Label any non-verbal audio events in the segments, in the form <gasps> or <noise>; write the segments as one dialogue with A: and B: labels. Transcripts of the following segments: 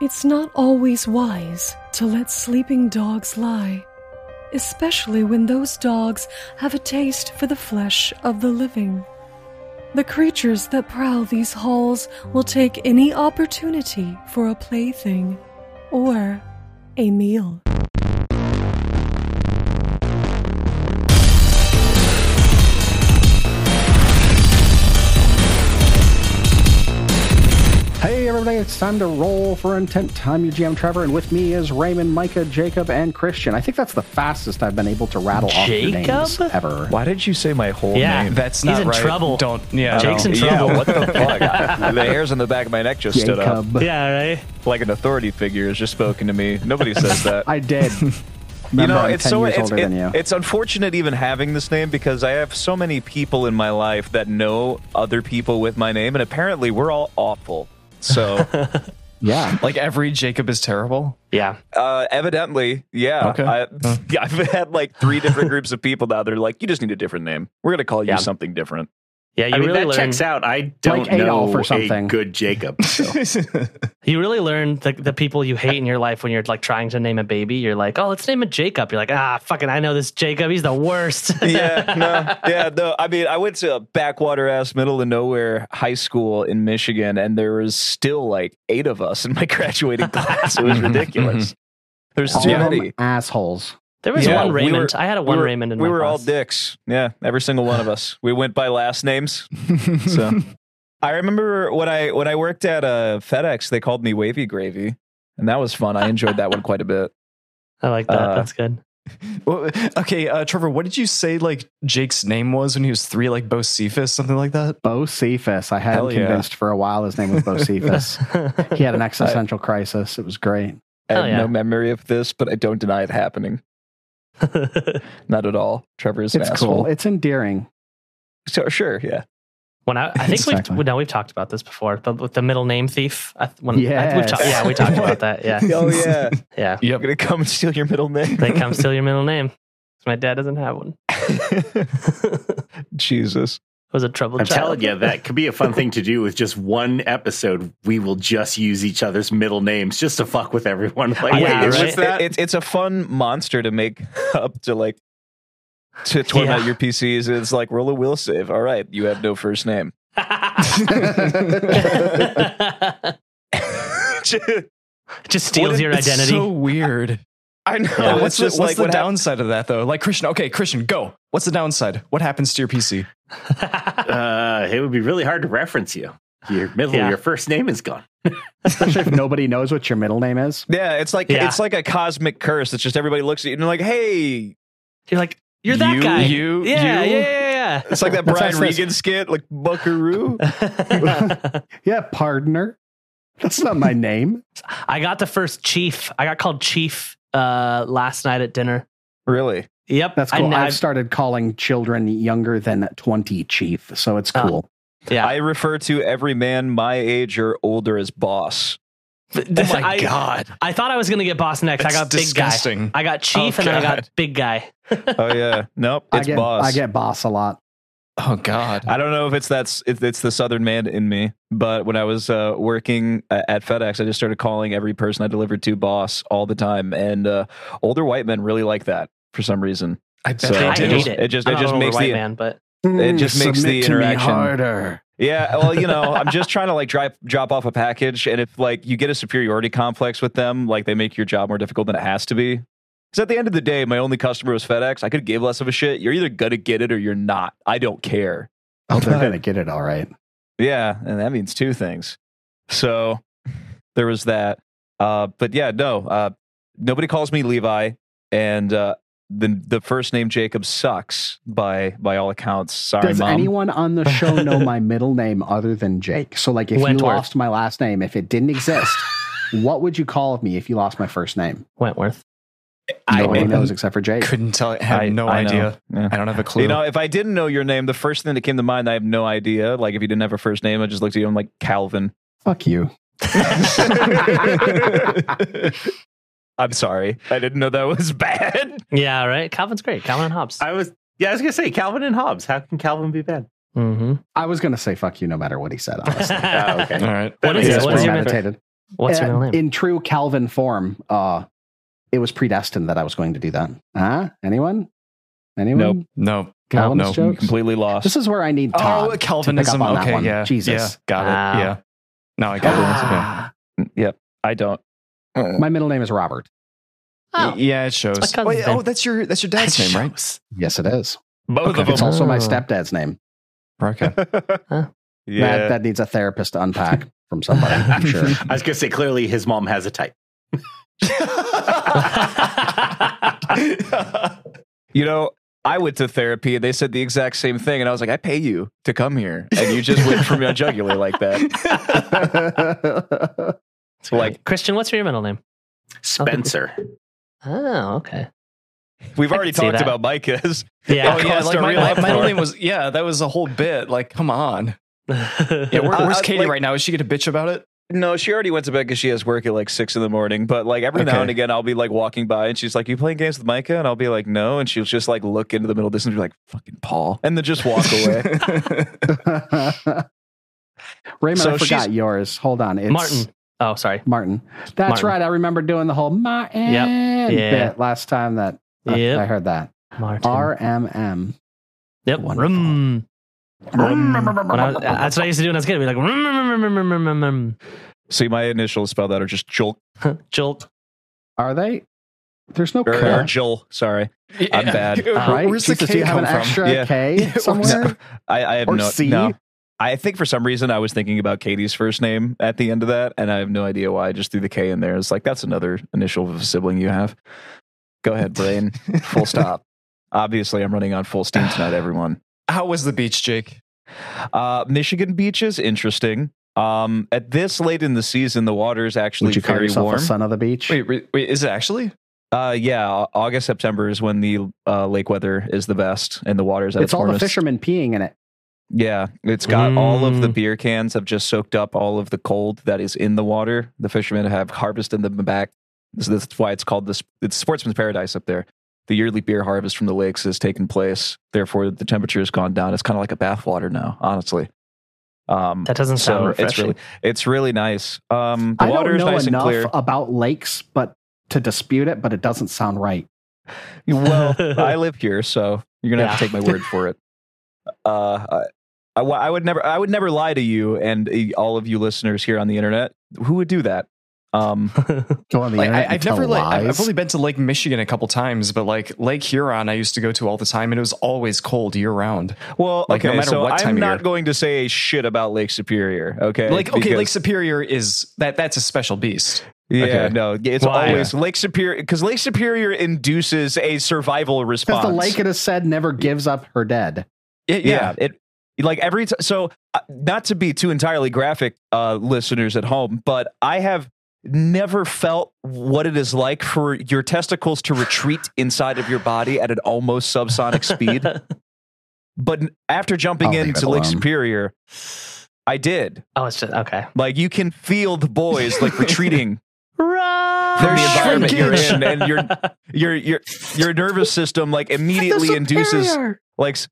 A: It's not always wise to let sleeping dogs lie, especially when those dogs have a taste for the flesh of the living. The creatures that prowl these halls will take any opportunity for a plaything or a meal.
B: Hey everybody, it's time to roll for intent. I'm your GM Trevor, and with me is Raymond, Micah, Jacob, and Christian. I think that's the fastest I've been able to rattle
C: Jacob?
B: off your names ever.
D: Why did you say my whole
C: Yeah,
D: name?
C: that's He's not in right. trouble. Don't- yeah, Jake's in trouble.
D: Yeah, what the
B: <laughs>
D: fuck? the hairs on the back of my neck just stood up.
B: Jacob.
C: Yeah, right.
D: Like an authority figure has just spoken to me.
B: <laughs>
D: Nobody says that.
B: I
D: <laughs>
B: did.
D: you
B: Remember,
D: know,
B: I'm
D: it's
B: 10
D: so
B: years
D: it's,
B: older
D: it-
B: than you.
D: it's unfortunate even having this name because I have so many people in my life that know other people with my name, and apparently we're all awful. So,
B: <laughs> yeah.
E: Like every Jacob is terrible.
C: Yeah.
D: uh, evidently, yeah,
E: Okay.
D: I, <laughs> I've had like three different groups of people now. They're like, "You just need a different name. We're gonna call you
C: Yeah.
D: something different."
C: Yeah, you
F: I mean,
C: really
F: that
C: learn,
F: checks out. I don't
B: Adolf
F: know
B: or something.
F: a good Jacob. So.
C: You really learn the, the people you hate in your life when you're like trying to name a baby. You're like, oh, let's name it Jacob. You're like, ah, fucking, I know this Jacob. He's the worst. <laughs>
D: yeah, no, yeah, no. I mean, I went to a backwater ass middle of nowhere high school in Michigan, and there was still like eight of us in my <laughs> graduating class. It was
E: Mhm,
D: ridiculous. There's
B: All
D: too
B: of them
D: many.
B: assholes.
C: there was
D: Yeah,
C: one
D: we
C: Raymond.
D: were-
C: I had a one
D: we were,
C: Raymond in
D: we
C: my
D: were all
C: class.
D: dicks. Yeah, every single one of us. We went by last names. So I remember when I when I worked at uh, FedEx, they called me Wavy Gravy, and that was fun. I enjoyed that one quite a bit.
C: I like that.
D: Uh,
C: That's good.
E: Well, okay, uh, Trevor, what did you say like Jake's name was when he was three, like Bocephus, something like that?
B: Bo Cephas. I had him
E: Hell yeah.
B: convinced for a while his name was
D: <laughs>
B: Bo Cephas. he had an existential crisis. It was great.
D: I
C: <laughs> Hell
D: have
C: yeah.
D: no memory of this, but I don't deny it happening. Not at all. Trevor is an
B: It's
D: asshole.
B: cool. It's
D: <laughs>
B: endearing.
D: So sure, yeah.
C: when I, I think
B: Exactly.
C: we've no, we've talked about this before. The, with the middle name thief. I, th- when, I, we've
B: Yes.
C: ta- yeah, we talked about that. Yeah,
D: Oh <laughs> yeah.
C: yeah.
D: I'm gonna come and steal your middle name.
C: They come steal your middle name. 'Cause My dad doesn't have one.
D: <laughs> Jesus.
C: was a troubled
F: I'm
C: child.
F: telling you, that could be a fun thing to do with just one episode. We will just use each other's middle names just to fuck with everyone. Like,
C: Yeah,
F: wait,
C: right?
F: what's that?
D: It's it's a fun monster to make <laughs> up to like to torment
C: Yeah.
D: your PCs. It's like roll a will save. All right, you have no first name.
C: <laughs> just steals
E: What-
C: your
E: it's
C: identity.
E: So
C: <laughs>
E: weird.
D: I know.
E: Yeah,
D: it's
E: what's the,
D: just
E: what's
D: like
E: the
D: what hap-
E: downside of that though? Like Christian, okay, Christian, go. What's the downside? What happens to your PC?
F: uh, it would be really hard to reference you. Your middle,
C: Yeah.
F: your first name is gone.
B: Especially if nobody knows what your middle name is.
D: Yeah, it's like
C: Yeah.
D: it's like a cosmic curse. It's just everybody looks at you and they're like, "Hey."
C: <laughs> You're like, you're that
E: You-
C: guy.
E: you-
C: yeah,
E: you.
C: yeah, yeah,
D: It's like that
B: That's
D: Brian
B: how it says-
D: Regan skit, like Buckaroo.
C: yeah. <laughs>
B: Yeah, pardoner. That's not my name.
C: I got the first chief. I got called chief uh, last night at dinner.
D: really?
C: Yep,
B: That's
C: I
B: cool.
C: kn-
B: I,
C: I-
B: have started calling children younger than 20 chief, so it's
C: Oh.
B: cool.
C: yeah,
D: I refer to every man my age or older as boss.
C: This-
E: oh my
C: I,
E: god.
C: I thought I was gonna get boss next. I
E: That's
C: got big
E: disgusting.
C: guy. I got chief,
E: Oh,
C: and then I
E: God.
C: got big guy.
D: Oh yeah, nope,
B: I
D: it's
B: get
D: boss.
B: I get boss a lot.
E: Oh god.
D: I don't know if it's that's if it's the Southern man in me, but when I was uh, working uh, at FedEx, I just started calling every person I delivered to boss all the time, and uh, older white men really like that for some reason.
E: I bet
D: So-
E: they
C: I
E: do.
C: hate it.
D: It just-
C: I'm
D: it
C: not
D: just
C: an older
D: makes
C: white
D: the-
C: man, but
D: It just makes the
B: submit to me
D: interaction-
B: harder.
D: Yeah, well, you know, I'm just trying to like drop drop off a package, and if like you get a superiority complex with them, like they make your job more difficult than it has to be. Because at the end of the day, my only customer was FedEx. I could give less of a shit. You're either gonna get it or you're not. I don't care.
B: Oh,
D: <laughs>
B: they're gonna get it all right.
D: Yeah, and that means two things. So there was that. Uh, but yeah, no, uh, nobody calls me Levi, and uh, the the first name Jacob sucks by by all accounts. Sorry,
B: Does
D: mom.
B: anyone on the show
D: <laughs>
B: know my middle name other than Jake? So, like, if
C: Wentworth.
B: you lost my last name, if it didn't exist, what would you call of me if you lost my first name?
C: Wentworth.
B: No
D: I
B: one
D: mean,
B: knows except for Jake.
E: Couldn't tell had
D: I-
E: no
D: I know.
E: idea.
D: Yeah.
E: I don't have a clue.
D: You know, if I didn't know your name, the first thing that came to mind, I have no idea. Like, if you didn't have a first name, I just looked at you. I'm like Calvin.
B: Fuck you. <laughs>
D: <laughs> I'm sorry, I didn't know that was <laughs> bad.
C: Yeah, right. Calvin's great. Calvin and Hobbes.
F: I was, yeah, I was gonna say Calvin and Hobbes. How can Calvin be bad?
C: mm-hmm.
B: I was gonna say fuck you no matter what he said. Honestly,
C: <laughs>
F: Oh, okay.
E: all right.
C: What is
B: It
C: it?
B: was
C: What is your
B: premeditated.
C: What's your
B: Uh,
C: middle name?
B: In true Calvin form, uh, it was predestined that I was going to do that. Huh? Anyone? Anyone?
D: Nope.
E: No,
B: Calvin's
E: no.
B: jokes?
D: Completely lost.
B: This is where I need Todd
E: Oh,
B: to pick
E: Calvinism.
B: up on that
E: Okay,
B: one.
E: yeah, yeah,
B: Jesus.
E: got
C: Wow.
E: it. Yeah, no, I got
D: I don't.
B: <gasps> My middle name is Robert.
E: it. Yeah, it shows.
C: It's my cousin's
E: Wait,
C: name.
E: oh, that's your that's your dad's name, right?
B: Yes, it is.
D: Both
E: Okay.
D: of
B: It's
D: them.
B: also my
C: Oh.
B: stepdad's name.
E: Okay. <laughs>
B: That, that needs a therapist to unpack from somebody,
D: <laughs>
B: I'm
E: <laughs>
B: sure.
F: I was going to say, clearly his mom has a type. <laughs>
D: you know, I went to therapy and they said the exact same thing. And I was like, I pay you to come here. And you just went for my jugular like
C: <laughs>
D: that. It's like,
C: Christian, what's your middle name?
F: Spencer.
C: Oh, okay.
D: we've
C: I
D: already
C: can see
D: talked
C: that.
D: about Micah's.
C: Yeah.
D: Oh,
E: oh yeah,
D: cost
E: like
D: a
E: my,
D: real
E: my, my middle
D: effort.
E: name
C: <laughs>
E: was yeah. That was a whole bit. Like, come on. Yeah, where,
D: Uh,
E: where's
D: uh,
E: Katie
D: like-
E: right now? Is she gonna bitch about it?
D: No, she already went to bed because she has work at like six in the morning. But like every now
E: Okay.
D: and again, I'll be like walking by and she's like, You playing games with Micah? And I'll be like, No. And she'll just like look into the middle distance and be like, Fucking Paul. And then just
C: <laughs>
D: walk away.
E: <laughs>
B: Raymond,
D: So
B: I
D: she's-
B: forgot yours. Hold on. It's
C: Martin. Oh, sorry.
B: Martin. That's
C: Martin.
B: right. I remember doing the whole Martin
C: Yeah.
B: bit last time that
D: Uh,
B: I-
C: Yep.
B: I heard that.
C: Martin.
B: RMM.
C: Yep.
B: Wonderful.
C: Rum.
B: Um, Mm.
C: When I was- that's what I used to do when I was a kid. We'd be like, rum, rum, rum, rum, rum, rum, rum.
D: See, my initials spelled out are just Joel.
C: Jolt.
B: Are they? There's no
D: Or,
B: K.
D: or Joel, sorry. I'm bad.
C: Uh,
E: Where-
B: right?
E: Where's the
B: Jesus,
E: K
B: do you have
E: come
B: an
E: from?
B: extra <laughs>
D: Yeah.
B: K somewhere?
D: I, I have
B: Or
D: no,
B: C?
D: no. I think for some reason I was thinking about Katie's first name at the end of that, and I have no idea why. I just threw the K in there. It's like that's another initial of a sibling you have. Go
B: <laughs>
D: ahead, brain. full stop. Obviously, I'm running on full steam tonight, everyone.
E: How was the beach, Jake?
D: Uh, Michigan beaches, interesting. Um, at this late in the season, the water is actually
B: Would you call
D: very
B: yourself
D: warm.
B: a son of the beach?
E: Wait, re- wait, is it actually?
D: Uh, yeah, Au- August September is when the uh, lake weather is the best and the water's at
B: it's all the
D: warmest.
B: fishermen peeing in it.
D: Yeah, it's got all of the
C: Mm.
D: beer cans have just soaked up all of the cold that is in the water. The fishermen have harvested them back. So that's why it's called this. It's sportsman's paradise up there. The yearly beer harvest from the lakes has taken place. Therefore, the temperature has gone down. It's kind of like a bathwater now, honestly. Um,
C: That doesn't sound
D: so it's
C: refreshing.
D: really, it's really nice. Um, the
B: I
D: water
B: don't
D: is
B: know
D: nice and
B: enough
D: clear.
B: about lakes, but to dispute it, but it doesn't sound right.
E: <laughs>
D: Well, I live here, so you're gonna have to
C: Yeah.
D: take my word for it. Uh, I- I, wa- I would never, I would never lie to you and uh, all of you listeners here on the internet. Who would do that?
E: <laughs>
D: Um,
B: Go on the
E: Like,
B: internet
E: I,
B: and
E: I've
B: tell
E: never like I've- I've
B: lies.
E: only been to Lake Michigan a couple times, but like Lake Huron, I used to go to all the time, and it was always cold year round.
D: well,
E: Like, no
D: okay,
E: matter
D: so
E: what time
D: I'm
E: of
D: not
E: year.
D: going to say a shit about Lake Superior. Okay,
E: Like okay, Lake
D: because-
E: Superior is that that's a special beast.
D: yeah,
E: okay.
D: no, it's
C: Why?
D: always Lake Superior because Lake Superior induces a survival
B: because
D: response.
B: the lake it is said never gives up her dead.
E: Yeah,
D: yeah, it like every t- so uh, not to be too entirely graphic uh listeners at home but i have never felt what it is like for your testicles to retreat inside of your body at an almost subsonic speed but n- after jumping
B: I'll leave
D: into
B: it
D: lake
B: alone.
D: superior i did
C: oh, it's just okay.
D: like you can feel the
B: <laughs>
D: boys like retreating from the environment you're in and your your your your nervous system like immediately induces like s-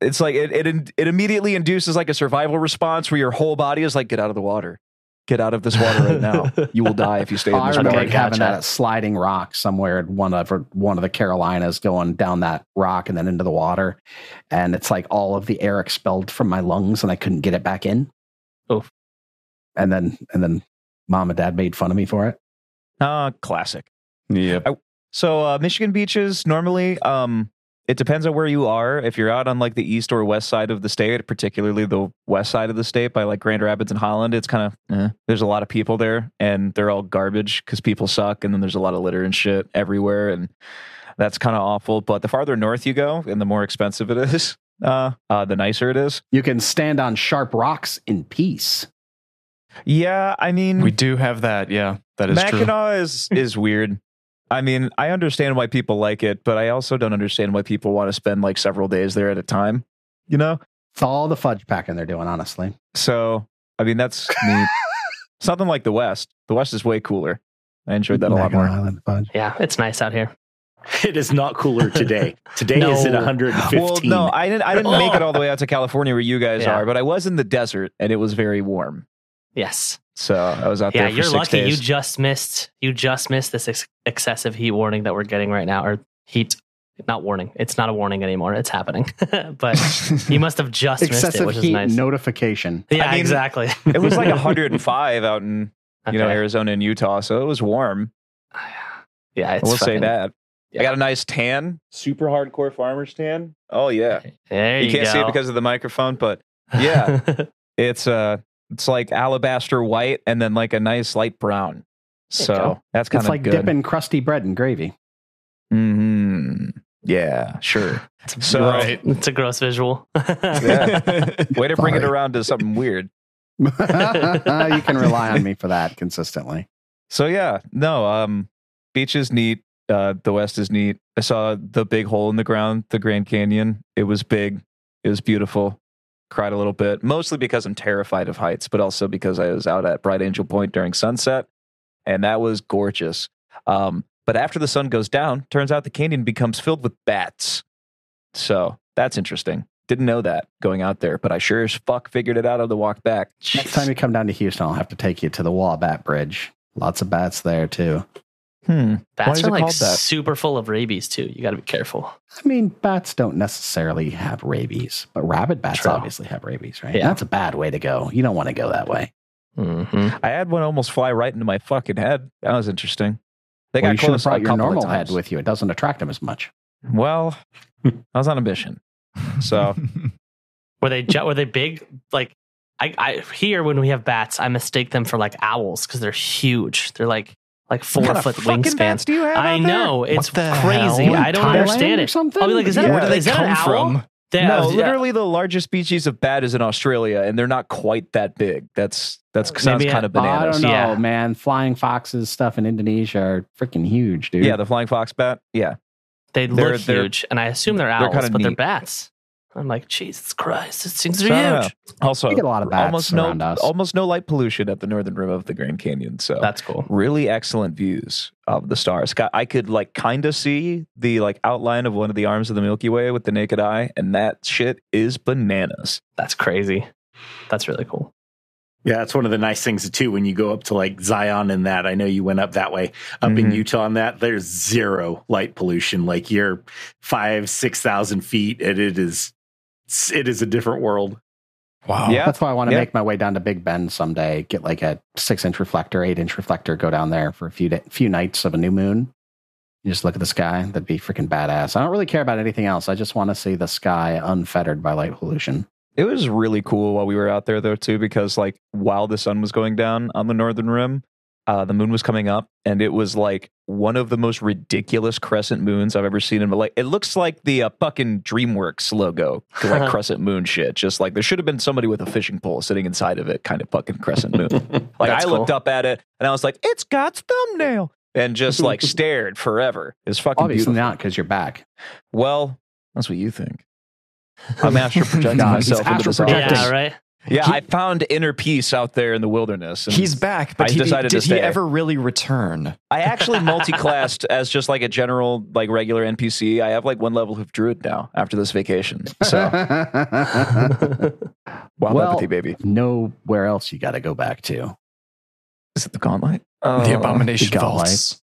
D: it's like it, it in- it immediately induces like a survival response where your whole body is like get out of the water get out of this water right now you will die if you stay
B: Oh,
D: in
B: I
D: this
B: remember
C: Okay,
D: water
B: like, having
C: gotcha.
B: that at Sliding Rock somewhere at one of one of the Carolinas, going down that rock and then into the water, and it's like all of the air expelled from my lungs, and I couldn't get it back in.
C: Oof.
B: And then and then mom and dad made fun of me for it.
D: uh, classic
E: yeah.
D: so uh, michigan beaches normally um it depends on where you are if you're out on like the east or west side of the state particularly the west side of the state by like grand rapids and holland it's kind of eh. there's a lot of people there and they're all garbage because people suck and then there's a lot of litter and shit everywhere and that's kind of awful but the farther north you go and the more expensive it is <laughs> uh, uh the nicer it is
B: You can stand on sharp rocks in peace.
D: yeah i mean
E: We do have that. Yeah, that is true.
D: Mackinac is is weird. I mean, I understand why people like it, but I also don't understand why people want to spend like several days there at a time. You know?
B: It's all the fudge packing they're doing, honestly.
D: So I mean that's
C: <laughs>
D: neat. it's nothing like the West. The West is way cooler. I enjoyed
C: Oh
D: that a lot
B: Mackinac
D: more.
B: Island fudge.
C: Yeah, it's nice out here.
F: <laughs> It is not cooler today. Today
C: No.
F: is at 115.
D: Well, no, I didn't. I didn't make it all the way out to California where you guys
C: Yeah.
D: are, but I was in the desert and it was very warm.
C: Yes.
D: So I was out
C: Yeah,
D: there for
C: you're
D: six
C: lucky. You <laughs>
D: days.
C: just missed. You just missed this ex- excessive heat warning that we're getting right now, or heat. Not warning. It's not a warning anymore. It's happening. <laughs> but you must have just missed it,
B: Excessive
C: which
B: heat
C: is nice.
B: notification.
C: yeah,
D: I mean,
C: exactly.
D: it was like 105 out in you know
C: <laughs> Okay.
D: Arizona and Utah, so it was warm.
C: Yeah, it's
D: we'll say
C: fucking-
D: that.
C: yeah.
D: I got a nice tan, super hardcore farmer's tan. Oh yeah,
C: There you,
D: you can't see it
C: go.
D: because of the microphone, but
C: <laughs>
D: yeah, it's uh, it's like alabaster white and then like a nice light brown.
C: you
D: So
C: go.
D: that's kind
B: It's
D: of
B: like
D: good.
B: dipping crusty bread in gravy.
D: hmm Yeah, sure.
C: it's, a
D: So-
C: gross,
E: Right.
C: it's a gross visual. <laughs>
D: Way to bring it
B: Sorry.
D: around to something weird.
B: <laughs> you can rely on me for
D: <laughs>
B: that consistently.
D: So yeah, no, um beach is neat. Uh the west is neat. I saw the big hole in the ground, the Grand Canyon. It was big. It was beautiful. Cried a little bit, mostly because I'm terrified of heights, but also because I was out at Bright Angel Point during sunset, and that was gorgeous. Um, but after the sun goes down, turns out the canyon becomes filled with bats. So that's interesting. Didn't know that going out there, but I sure as fuck figured it out on the walk back.
B: Next time you come down to Houston, I'll have to take you to the Wabat Bridge. Lots of bats there too.
D: Hmm. Why
C: Bats
D: is
C: are
D: it
C: like
D: called that?
C: super full of rabies too. You got to be careful.
B: I mean, bats don't necessarily have rabies, but rabbit bats
C: True.
B: obviously have rabies, right?
C: Yeah.
B: That's a bad way to go. You don't want to go that way.
C: Mm-hmm.
D: I had one almost fly right into my fucking head. That was interesting. They
B: Well, you
D: got
B: should have
D: close a
B: brought your
D: couple of
B: normal head
D: times.
B: with you. It doesn't attract them as much. <laughs>
D: Well, I was on a mission. So
C: Were they ju- were they big? Like I, I here when we have bats, I mistake them for like owls because they're huge. They're like like <laughs> four
D: what kind of
C: foot
D: fucking bats
C: wingspans.
D: do you have?
C: I
D: out there?
C: know it's
E: What the
C: crazy.
E: hell?
C: I don't
B: Thailand
C: understand
B: or
C: it.
B: something?
C: I'll be like, is that,
D: Yeah. Where do they
C: is that an owl? Yeah,
D: No,
C: yeah.
D: literally the largest species of bat is in Australia, and they're not quite that big. That's that's sounds
C: Maybe
D: kind
C: a-
D: of
B: Oh, I don't
D: bananas.
B: know,
C: Yeah.
B: man. Flying foxes stuff in Indonesia are freaking huge, dude.
D: Yeah, the flying fox bat. Yeah,
C: They
D: They're-
C: look
D: they're-
C: huge, and I assume they're
D: they're
C: owls,
D: kinda
C: but they're
D: neat.
C: bats. I'm like, Jesus Christ, these things
D: So
C: are
D: I don't know.
C: huge.
D: Also,
B: we get a lot of bats
D: almost no
B: around us.
D: almost no light pollution at the northern rim of the Grand Canyon. So
C: That's cool.
D: really excellent views of the stars. Got- I could like kind of see the like outline of one of the arms of the Milky Way with the naked eye, and that shit is bananas.
C: That's crazy. That's really cool.
F: Yeah, that's one of the nice things too. When you go up to like Zion and that, I know you went up that way up in
D: Mhm.
F: Utah and that. There's zero light pollution. Like you're five, six thousand feet, and it is it is a different world. Oh,
E: wow.
D: Yeah.
B: That's why I want to
D: Yeah.
B: make my way down to Big Bend someday. Get like a six inch reflector, eight inch reflector, go down there for a few da- few nights of a new moon. You just look at the sky. That'd be freaking badass. I don't really care about anything else. I just want to see the sky unfettered by light pollution.
D: It was really cool while we were out there though too, because like while the sun was going down on the northern rim, uh, the moon was coming up, and it was like one of the most ridiculous crescent moons I've ever seen. in my like it looks like the uh, fucking DreamWorks logo, like
B: Uh-huh.
D: crescent moon shit. Just like there should have been somebody with a fishing pole sitting inside of it, kind of fucking
B: <laughs>
D: crescent moon. Like
C: That's
D: I looked
C: cool.
D: up at it and I was like, it's God's thumbnail, and just
B: <laughs>
D: like stared forever. It's fucking
B: Obviously
D: beautiful.
B: not because you're back.
D: Well, that's what
B: <laughs>
D: you think. I'm astral projecting
B: No, he's
D: myself into
B: astral
D: this
B: projecting.
D: office.
C: Yeah, right.
D: Yeah,
E: He-
D: I found inner peace out there in the wilderness. and
E: He's back, but
D: I
E: he,
D: decided to
E: did he
D: stay.
E: ever really return?
D: I actually <laughs> multi-classed as just like a general, like regular NPC. I have like one level of druid now after this vacation. <laughs> So <laughs> wild
B: Well-
D: empathy, baby.
B: nowhere else you got to go back to.
D: Is it the gauntlet? Oh.
E: the abomination
B: he got
E: vaults.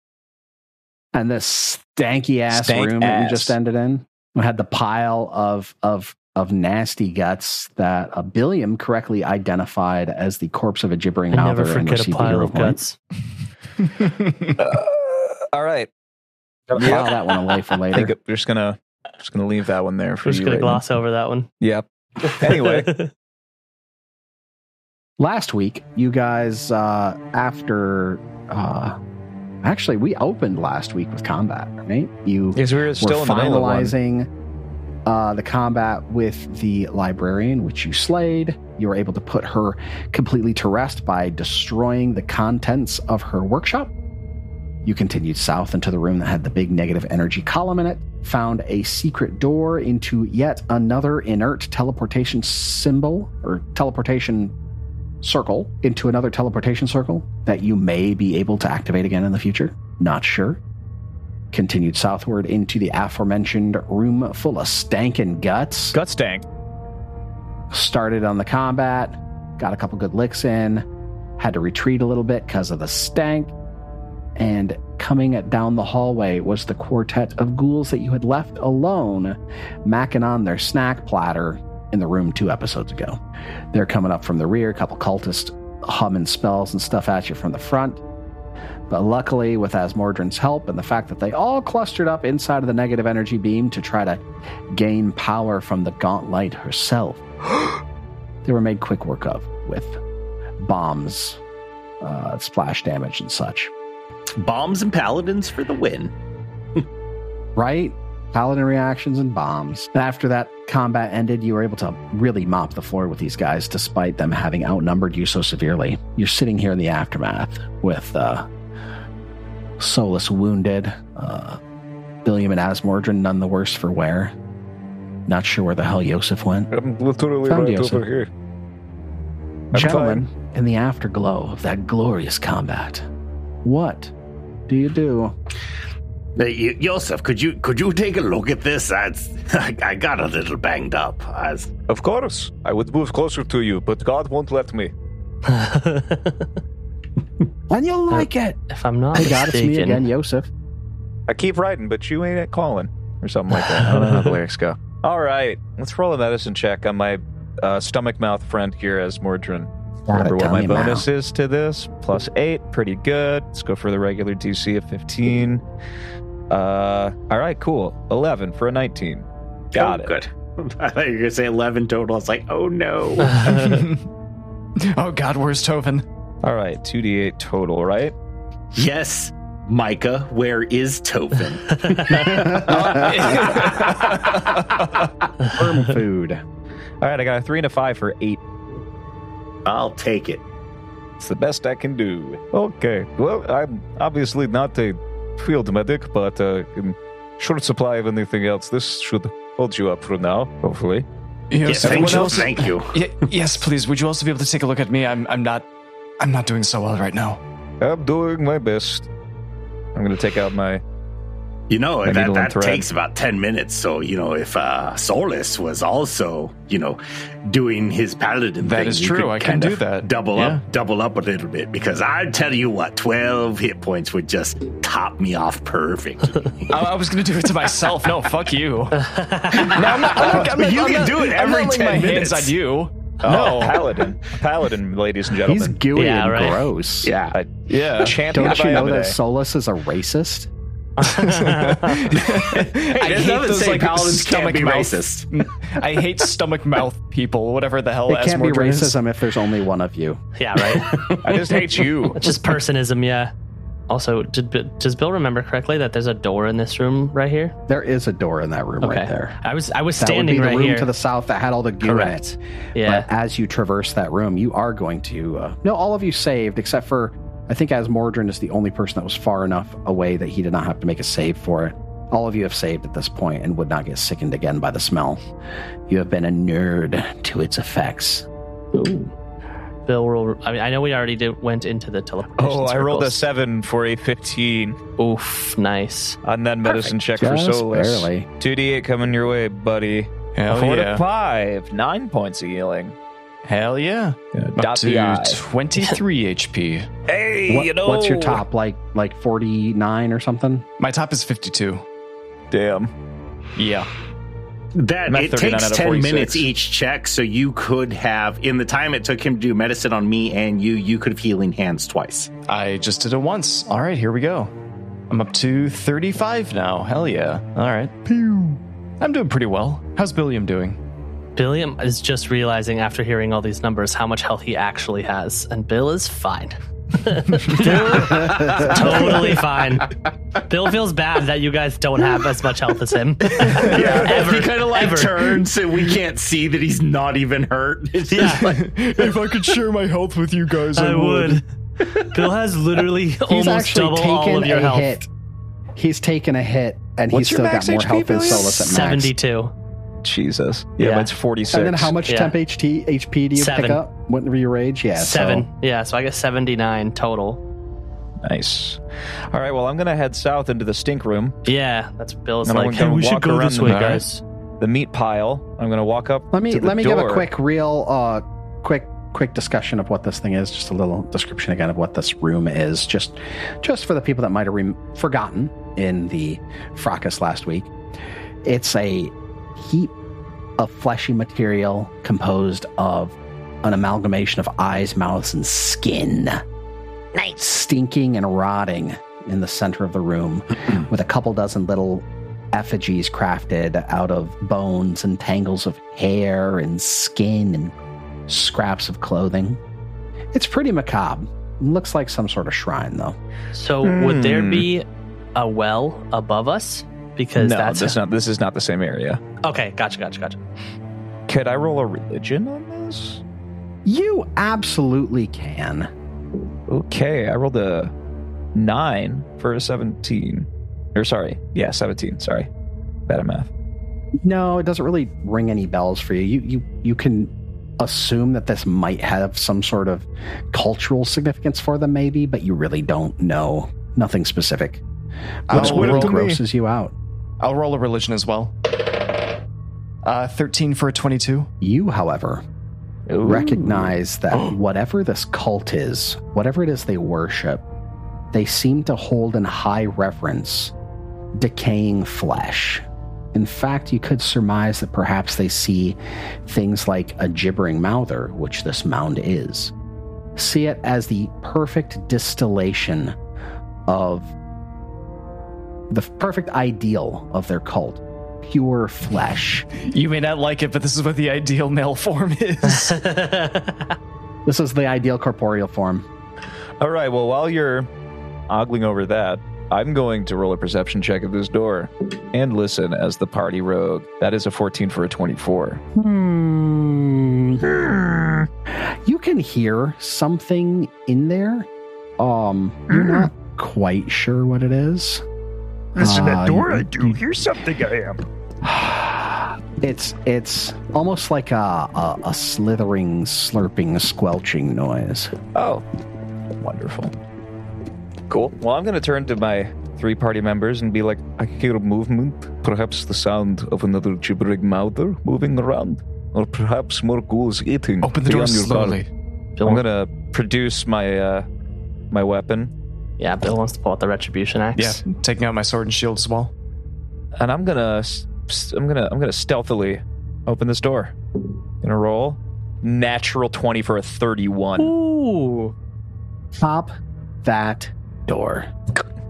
B: And this stanky ass
D: Stank
B: room that we
D: ass.
B: just ended in we had the pile of of of nasty guts that a billium correctly identified as the corpse of a gibbering
C: I never
B: mouther and
C: forget a
B: received
C: pile
B: hero
C: of
B: point.
C: guts.
D: <laughs> Uh, all right.
B: Gotta File that one away
D: <laughs>
B: for
D: I think
B: later.
D: we're just gonna just gonna leave that one there for
C: We're just
D: you.
C: gonna
D: Raiden.
C: gloss over that one. <laughs>
D: Yep. Anyway,
B: Last week, you guys, uh, after uh, actually, we opened last week with combat, right? You
D: because we were
B: We're
D: still in the middle of one.
B: finalizing uh, the combat with the librarian, which you slayed. You were able to put her completely to rest by destroying the contents of her workshop. You continued south into the room that had the big negative energy column in it, found a secret door into yet another inert teleportation symbol or teleportation circle into another teleportation circle that you may be able to activate again in the future. Not sure continued southward into the aforementioned room full of stankin' guts.
D: Gut stank.
B: Started on the combat, got a couple good licks in, had to retreat a little bit because of the stank. And coming down the hallway was the quartet of ghouls that you had left alone, macking on their snack platter in the room two episodes ago. They're coming up from the rear, a couple cultists humming spells and stuff at you from the front. But luckily, with Asmordran's help and the fact that they all clustered up inside of the negative energy beam to try to gain power from the gauntlet herself, they were made quick work of with bombs, uh, splash damage, and such.
F: Bombs and paladins for the win.
B: right? Paladin reactions and bombs. And after that combat ended, you were able to really mop the floor with these guys, despite them having outnumbered you so severely. You're sitting here in the aftermath with uh, Solus wounded, uh, Billiam and Asmordran none the worse for wear. Not sure where the hell Yosef went.
D: I'm literally
B: Found right Yosef. over
D: here.
B: Gentlemen, in the afterglow of that glorious combat, what do you do?
F: Uh, Y- Yosef, could you could you take a look at this? I, <laughs> I got a little banged up. I was-
D: Of course, I would move closer to you, but God won't let me.
B: And you'll like it.
C: if I'm not
B: Hey God, it's
C: mistaken,
B: me again, Yosef.
D: I keep writing, but you ain't at calling, or something like that. I don't know
B: <laughs>
D: how the lyrics go. All right, let's roll a medicine check on my uh, stomach mouth friend here as Mordrin.
B: Got it,
D: Remember what
B: tell
D: my
B: me now.
D: bonus is to this? Plus eight, pretty good. Let's go for the regular DC of fifteen. Uh, all right, cool. Eleven for a nineteen. Got
F: oh,
D: it.
F: Good. <laughs> I thought you were gonna say eleven total. I was like, oh no. <sighs>
E: oh God, where's Tovin?
D: All right, two d eight total, right?
F: yes, Micah, where is Tophin?
B: Firm food.
D: All right, I got a three and a five for eight.
F: <laughs> I'll take it.
D: It's the best I can do. Okay. Well, I'm obviously not a field medic, but uh, in short supply of anything else, this should hold you up for now, hopefully.
E: Yes,
F: thank
E: everyone
F: you.
E: else?
F: Thank you.
E: Y- yes, please. Would you also be able to take a look at me? I'm, I'm not, I'm not doing so well right now.
D: I'm doing my best. I'm going to take out my.
F: You know,
D: I need a
F: that,
D: little
F: that
D: thread.
F: takes about 10 minutes. So, you know, if uh, Solus was also, you know, doing his paladin
E: That
F: thing,
E: is
F: you
E: true.
F: could
E: I can
F: kind
E: do
F: of
E: that.
F: Double
E: Yeah.
F: up, double up a little bit because I tell you what, 12 hit points would just top me off perfect.
E: <laughs> I, I was gonna do it to myself. No, fuck you.
B: <laughs>
E: No, I'm not. I'm not- I'm not-
F: You
E: I'm
F: can
E: not-
F: do
E: I'm
F: it
E: not
F: every
E: laying
F: 10
E: my
F: minutes.
E: hands on you.
D: Oh, paladin. paladin, ladies and
B: He's
D: gentlemen.
B: gooey
C: Yeah,
B: and
C: right.
B: gross.
D: yeah. I, yeah. Champion
B: Don't
D: of
B: you know
D: Iamade.
B: that Solus is a racist?
E: I
F: There's nothing
E: hate those
F: saying
E: like
F: paladins can't
E: stomach
F: be
E: mouth. <laughs>
F: racist.
E: I hate stomach mouth people. Whatever the hell.
B: it can't be
E: Asmordran is.
B: racism if there's only one of you.
C: yeah, right. <laughs>
D: I just hate you.
C: It's just personism, yeah. Also, did, B- does Bill remember correctly that there's a door in this room right here?
B: There is a door in that room right there.
C: I was I was
B: That would
C: standing
B: be the
C: right
B: room
C: here.
B: to the south that had all the goo
C: Correct.
B: in it.
C: yeah.
B: But as you traverse that room, you are going to. Uh, no, all of you saved except for I think Asmordran is the only person that was far enough away that he did not have to make a save for it. All of you have saved at this point and would not get sickened again by the smell. You have been inured to its effects.
C: Bill roll. I mean, I know we already did, went into the teleportation.
D: Oh, I rolled a
C: circles.
D: seven for a 15.
C: Oof, nice.
D: And then medicine check
B: Just
D: for Solus.
B: barely.
D: 2d8 coming your way, buddy.
E: Hell
D: Four
E: yeah.
D: to five. Nine points of healing.
E: Hell yeah. Up
D: dot the
E: to
D: I.
E: <laughs> 23 HP.
D: Hey,
B: What- What's your top? Like like forty nine or something?
E: My top is 52.
D: Damn.
E: Yeah.
F: That
D: I'm at
F: it
D: 39
F: takes
D: out of
F: 10
D: 46.
F: minutes each check, so you could have in the time it took him to do medicine on me and you, you could have healing hands
B: <laughs>
F: twice.
E: I just did it once. All right, here we go. I'm up to 35 now. Hell yeah. All right. Pew. I'm doing pretty well. How's Billiam doing?
C: Billiam is just realizing after hearing all these numbers how much health he actually has, and Bill is fine. <laughs> Bill is totally fine. Bill feels bad that you guys don't have as much health as him. Yeah, ever, ever.
F: turns and we can't see that he's not even
B: <laughs>
F: hurt. It's just like,
E: if I could share my health with you guys,
C: <laughs> I would. Bill has literally
B: He's
C: almost
B: actually
C: double all of
B: taken
C: your
B: a
C: health.
B: hit. He's taken a hit, and
D: What's
B: he's
D: your
B: still
D: max
B: got more
D: HP
B: health than
D: value?
B: Solus at max.
C: Seventy-two.
D: Jesus. Yeah,
C: Yeah.
D: mine's 46.
B: And then how much
C: Yeah.
B: temp HT, HP do you
C: Seven.
B: pick up? Whenever you rage? Yeah. so-
C: Seven. Yeah, so I got seventy-nine total.
D: Nice. All right, well, I'm going to head south into the stink room,
C: Yeah, that's Bill's
D: And I'm
C: like.
D: gonna
C: Hey, we should
D: walk
C: go
D: around
C: this
D: the
C: way,
D: bar.
C: guys.
D: the meat pile. I'm going to walk up.
B: let me
D: to the
B: let me give a
D: door.
B: quick real uh quick quick discussion of what this thing is, just a little description again of what this room is, just just for the people that might have rem forgotten in the fracas last week. It's a heap of fleshy material composed of an amalgamation of eyes, mouths, and skin. Nice. Stinking and rotting in the center of the
D: <clears throat>
B: room with a couple dozen little effigies crafted out of bones and tangles of hair and skin and scraps of clothing. It's pretty macabre. Looks like some sort of shrine, though.
C: So would there be a well above us?
D: Hmm. No,
C: Because that's,
D: that's not. This is not the same area.
C: okay. Gotcha, gotcha, gotcha.
D: Could I roll a religion on this?
B: You absolutely can.
D: Okay, I rolled a nine for a seventeen. Or sorry, yeah, seventeen. Sorry, bad at math.
B: No, it doesn't really ring any bells for you. You you you can assume that this might have some sort of cultural significance for them, maybe, but you really don't know. Nothing specific. Which
E: Oh, what
B: really
E: to me?
B: grosses you out.
E: I'll roll a religion as well. Uh, 13 for a 22.
B: You, however,
D: Ooh.
B: recognize that whatever this cult is, whatever it is they worship, they seem to hold in high reverence decaying flesh. In fact, you could surmise that perhaps they see things like a gibbering mouther, which this mound is, see it as the perfect distillation of the perfect ideal of their cult pure flesh.
E: You may not like it, but this is what the ideal male form is.
B: This is the ideal corporeal form.
D: All right. Well, while you're ogling over that, I'm going to roll a perception check of this door and listen as the party rogue. That is a fourteen for a twenty-four.
B: Hmm. You can hear something in there. Um, you're not quite sure what it is. Uh, Listen, that door, I do hear something. I am. <sighs> It's it's almost like a, a a slithering, slurping, squelching noise.
D: Oh, wonderful. Cool. Well, I'm going to turn to my three party members and be like, I hear movement, perhaps the sound of another gibbering mouther moving around, or perhaps more ghouls eating.
E: Open the
D: Be
E: door
D: on your
E: slowly.
D: guard.
C: Bill,
D: I'm going to produce my uh, my weapon,
C: yeah, Bill wants to pull out the retribution
E: Yeah,
C: axe.
E: taking out my sword and shield as well.
D: and I'm going to I'm going to I'm going to stealthily open this door. Going to roll natural 20 for a 31.
C: Ooh.
B: Pop that door.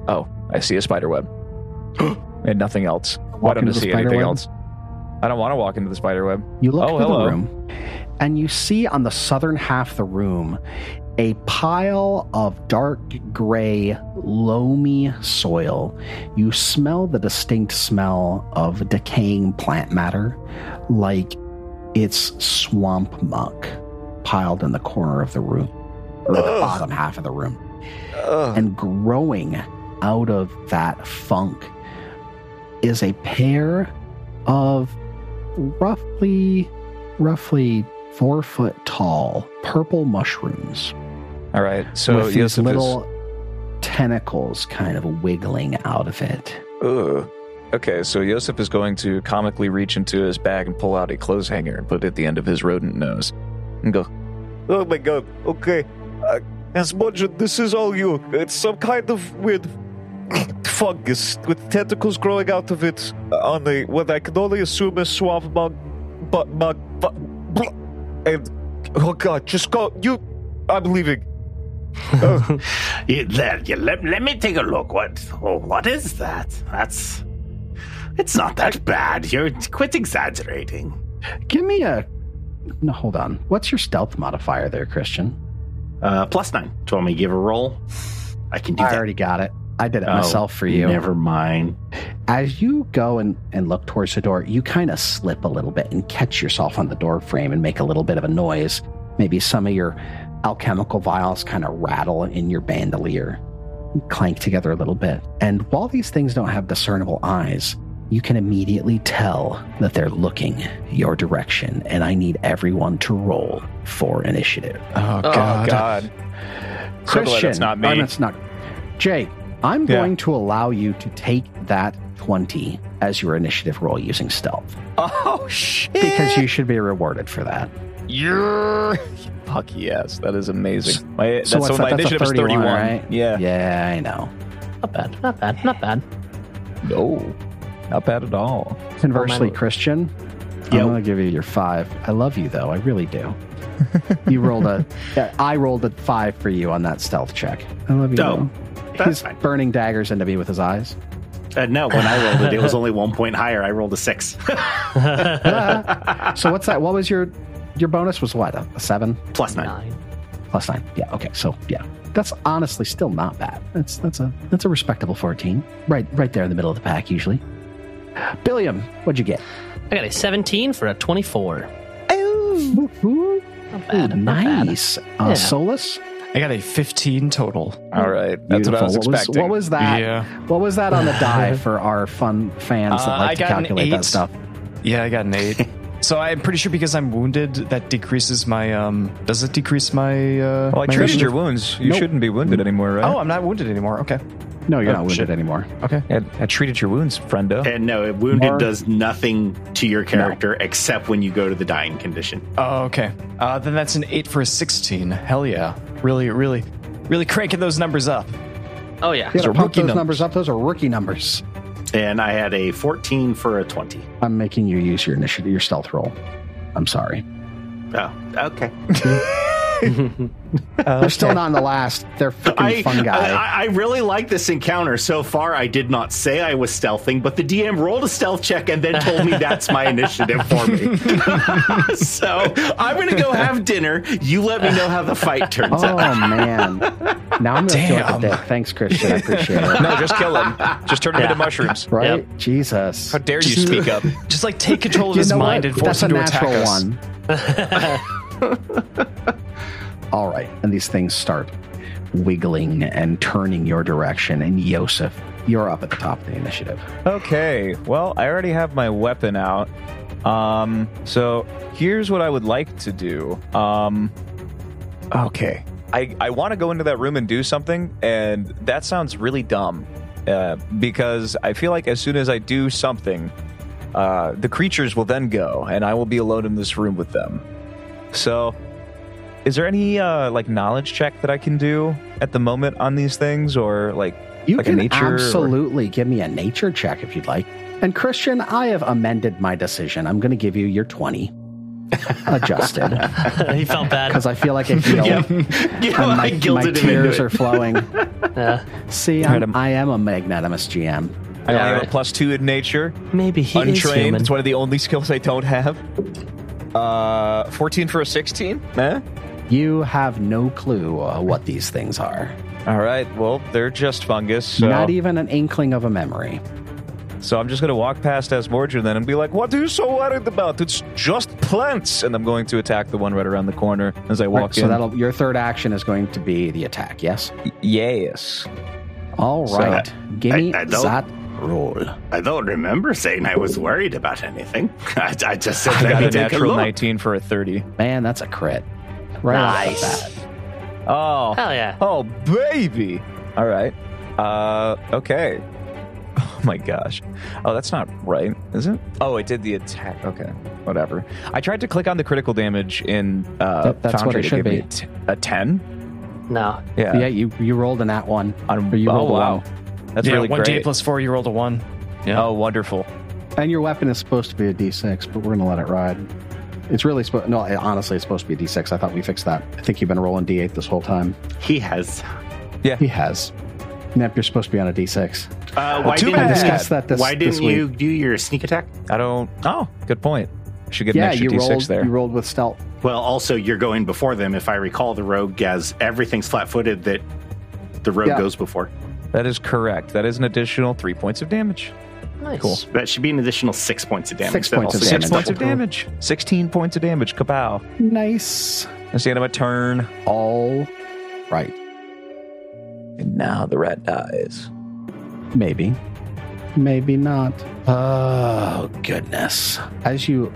D: Oh, I see a
B: <gasps>
D: spider web. and nothing else. I
B: Walk
D: don't
B: into the
D: see
B: spider
D: anything
B: web.
D: else. I don't want to walk into the spider web.
B: You look
D: Oh,
B: through
D: hello.
B: the room, and you see on the southern half of the room a pile of dark gray, loamy soil. You smell the distinct smell of decaying plant matter, like it's swamp muck piled in the corner of the room, or the bottom half of the room and growing out of that funk is a pair of roughly roughly four foot tall purple mushrooms
D: All right. So
B: with these
D: Yosef is-
B: little tentacles kind of wiggling out of it
D: Ugh. Okay, so Yosef is going to comically reach into his bag and pull out a clothes hanger and put it at the end of his rodent nose and go, Oh my god, okay. Uh, as much as this is all you, it's some kind of weird <coughs> fungus with tentacles growing out of it on a, what I can only assume is swamp mug, but mug, but, and oh god, just go, you, I'm leaving.
F: <laughs> Yeah, let, yeah, let, let me take a look. What oh, what is that? That's it's not that bad. You're quit exaggerating.
B: give me a no hold on what's your stealth modifier there christian
F: Uh, plus nine. Do you want me to give a roll? I can do
B: i
F: that.
B: already got it i did it
F: Oh,
B: myself for you
F: Never mind.
B: As you go and, and look towards the door, you kind of slip a little bit and catch yourself on the door frame and make a little bit of a noise. Maybe some of your alchemical vials kind of rattle in your bandolier, clank together a little bit. And while these things don't have discernible eyes, you can immediately tell that they're looking your direction. And I need everyone to roll for initiative.
E: Oh,
D: Oh
E: God.
D: god. So glad
B: Christian,
D: that's not me.
B: I'm, it's not. Jay, I'm
D: Yeah.
B: going to allow you to take that 20 as your initiative roll using stealth
D: Oh shit.
B: because you should be rewarded for that.
D: You're
E: Fuck yes, that is amazing.
D: My, that's
B: So what's
D: what
B: that?
D: my
B: That's a
D: initiative is
B: 31,
D: 31.
B: right?
D: Yeah.
B: Yeah, I know.
C: Not bad. Not bad. Not bad.
D: No, not bad at all.
B: Conversely, Christian, I'm
F: Yep.
B: gonna give you your five. I love you though, I really do. you rolled a, yeah, I rolled a five for you on that stealth check. I love you.
F: Oh,
B: though.
F: that's
B: He's
F: fine.
B: burning daggers into me with his eyes.
F: Uh, no, when I rolled it, it was only one point higher. I rolled a six <laughs>
B: So what's that? What was your your bonus? Was what a, a seven
F: plus nine.
C: Nine.
B: plus nine? Yeah. Okay. So yeah, that's honestly still not bad. That's that's a that's a respectable fourteen. Right right there in the middle of the pack usually. Billiam, what'd you get?
C: I got a 17 for a 24. Not
B: Ooh,
C: bad. not bad.
B: nice. Uh,
C: Yeah.
B: Solus.
E: I got a 15 total.
D: All right, that's what I
B: Beautiful.
D: was
B: what, was,
D: expecting.
B: what was that?
E: Yeah.
B: What was that on the die for our fun fans that
E: Uh,
B: like
E: I
B: to
E: got an
B: calculate
E: eight.
B: that stuff?
E: Yeah, I got an
D: <laughs>
E: eight. so I'm pretty sure because I'm wounded, that decreases my um. Does it decrease my? Uh,
D: well, I
E: my
D: treated
E: initiative?
D: your wounds. You
B: Nope.
D: shouldn't be wounded anymore, right?
E: Oh, I'm not wounded anymore. Okay.
B: No, you're
E: Oh,
B: not wounded
E: shit.
B: anymore.
E: Okay.
D: I, I treated your wounds, friendo.
F: And no, it wounded
B: Mar-
F: does nothing to your character except when you go to the dying condition.
E: Oh, okay. Uh, then that's an eight for a 16. Hell yeah. Really, really, really cranking those numbers up.
C: Oh, yeah.
B: You gotta
E: are
B: pump
E: rookie
B: those numbers.
E: numbers.
B: up. Those are rookie numbers.
F: And I had a 14 for a 20.
B: I'm making you use your initiative, your stealth roll. I'm sorry.
F: Oh, <laughs> okay.
B: They're still not in the last. They're
F: I,
B: freaking fun guy.
F: I, I really like this encounter. So far, I did not say I was stealthing, but the DM rolled a stealth check and then told me that's <laughs> my initiative for me. <laughs> so I'm going to go have dinner. You let me know how the fight turns
B: oh
F: out. <laughs>
B: <laughs> man. Now I'm gonna feel like a
E: Damn.
B: dick. Thanks, Christian. I appreciate it.
E: Oh,
D: no, just kill him. Just turn him into mushrooms.
B: <laughs> Right?
C: Yep.
B: Jesus.
D: How dare you speak up?
E: Just like take control of
B: <laughs> You
E: his
B: know
E: mind
B: what?
E: and force
B: That's a
E: him to attack
B: natural
E: us.
B: one. All right, and these things start wiggling and turning your direction. And Yosef, you're up at the top of the initiative.
D: Okay. Well, I already have my weapon out. Um, so here's what I would like to do. Um, okay. I, I want to go into that room and do something, and that sounds really dumb uh, because I feel like as soon as I do something, uh, the creatures will then go, and I will be alone in this room with them. So, is there any uh, like knowledge check that I can do at the moment on these things, or like
B: You
D: Like a
B: can
D: nature or-
B: absolutely give me a nature check if you'd like. And Christian, I have amended my decision. I'm going to give you your 20 adjusted
C: <laughs> he felt bad.
B: because I feel like I feel
F: Yeah.
B: and
F: I
B: my, my
F: guilted him
B: tears
F: into
B: are
F: it. <laughs>
B: flowing.
C: Yeah.
B: See,
D: Alright,
B: I'm,
D: I'm-
B: I am a magnanimous GM.
D: I only have a
C: Alright.
D: plus two in nature?
C: Maybe he is
D: untrained.
C: human.
D: It's one of the only skills I don't have. Uh, 14 for a 16? Eh?
B: You have no clue uh, what these things are.
D: All right. Well, they're just fungus. So,
B: Not e- even an inkling of a memory.
D: so I'm just going to walk past Asmorger then and be like, what are you so worried about? It's just plants. And I'm going to attack the one right around the corner as I walk
B: Right, so
D: in.
B: that'll your third action is going to be the attack. Yes.
D: yes.
B: All
D: So-
B: right. Give
F: I-
B: me
F: I don't-
B: that roll.
F: I don't remember saying I was worried about anything. <laughs> I, I just said,
D: I
F: let
D: got
F: me
D: a
F: take a
D: natural
F: look.
D: 19 for a 30.
B: Man, that's a crit. Right. off the bat.
D: Oh.
C: Hell yeah.
D: Oh, baby. All right. Uh, okay. <laughs> Oh my gosh. Oh, that's not right, is it? Oh, it did the attack. Okay, whatever. I tried to click on the critical damage in uh,
B: Yep, that's what
D: Foundry
B: it
D: to
B: should
D: give me
B: be.
D: a t- a ten.
C: No.
D: Yeah.
B: yeah, you you rolled in that one.
D: On,
B: Or you
D: oh
B: rolled a
D: wow,
B: one.
D: that's
E: yeah,
D: really
E: one
D: great.
E: D plus four, you rolled a one. Yeah.
D: Oh, wonderful.
B: And your weapon is supposed to be a D6, but we're gonna let it ride. It's really supposed. No, it- honestly, it's supposed to be a D6. I thought we fixed that. I think you've been rolling D8 this whole time.
F: He has. uh,
B: He has. Nep, you're supposed to be on a D6.
F: Uh, why
D: too
F: didn't,
D: bad.
B: I discussed that this.
F: why
B: this
F: didn't
B: week.
F: you do your sneak attack?
D: I don't. Oh, good point. I should get
B: Yeah,
D: an extra
B: you
D: d6
B: rolled.
D: there.
B: You rolled with stealth.
F: Well, also you're going before them. If I recall, the rogue has everything's flat-footed that the rogue
B: Yeah.
F: goes before.
D: That is correct. That is an additional three points of damage.
C: Nice.
D: Cool.
F: That should be an additional six points of damage.
B: Six
F: That
B: points of
F: also
D: Six
B: damage.
D: points of damage. Sixteen points of damage. Kapow.
B: Nice.
D: That's the end of my turn.
B: All right.
D: And now the rat dies.
B: Maybe. Maybe not. Oh, goodness. As you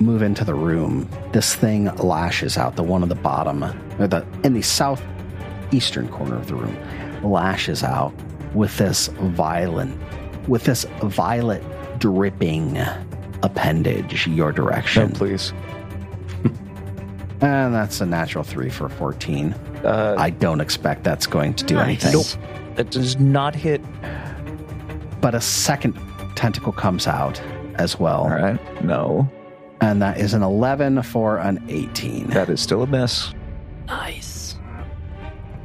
B: move into the room, this thing lashes out. The one on the bottom, or the in the southeastern corner of the room, lashes out with this violent, with this violet dripping appendage your
D: No,
B: direction.
D: please.
B: And that's a natural three for 14.
E: Uh,
B: I don't expect that's going to do
E: Nice.
B: anything.
D: Nope. That does not hit.
B: But a second tentacle comes out as well.
D: All right. No,
B: And that is an 11 for an 18.
D: that is still a miss.
C: Nice.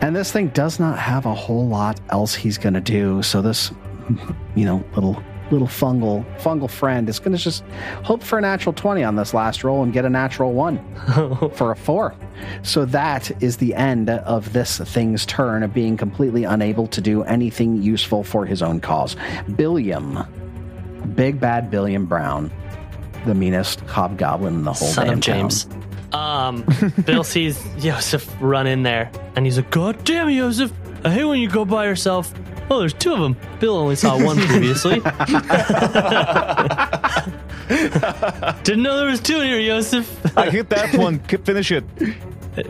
B: And this thing does not have a whole lot else he's going to do. So this, you know, little little fungal fungal friend is going to just hope for a natural 20 on this last roll and get a natural
C: <laughs>
B: 1 for a 4. So that is the end of this thing's turn of being completely unable to do anything useful for his own cause. Billiam, big bad Billiam Brown, the meanest hobgoblin in the whole
C: Son
B: damn
C: of James.
B: town.
D: <laughs>
C: Um, Bill sees Joseph run in there, and he's like, "God damn, Joseph! I hate when you go by yourself." Oh, there's two of them. Bill only
D: <laughs>
C: saw one previously. <laughs> Didn't know there was two here,
D: <laughs>
C: Joseph.
D: I hit that one. Could Finish it.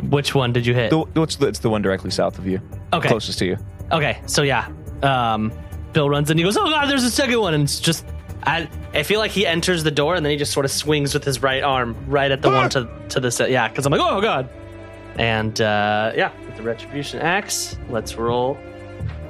C: Which one did you hit?
D: The, what's the, it's the one directly south of you.
C: Okay.
D: Closest to you.
C: Okay, so yeah, um, Bill runs in. He goes, "Oh God, there's a second one!" And it's just, I, I feel like he enters the door and then he just sort of swings with his right arm right at the one to to the se- yeah. Because I'm like, "Oh God," and uh, yeah, with the retribution axe, let's roll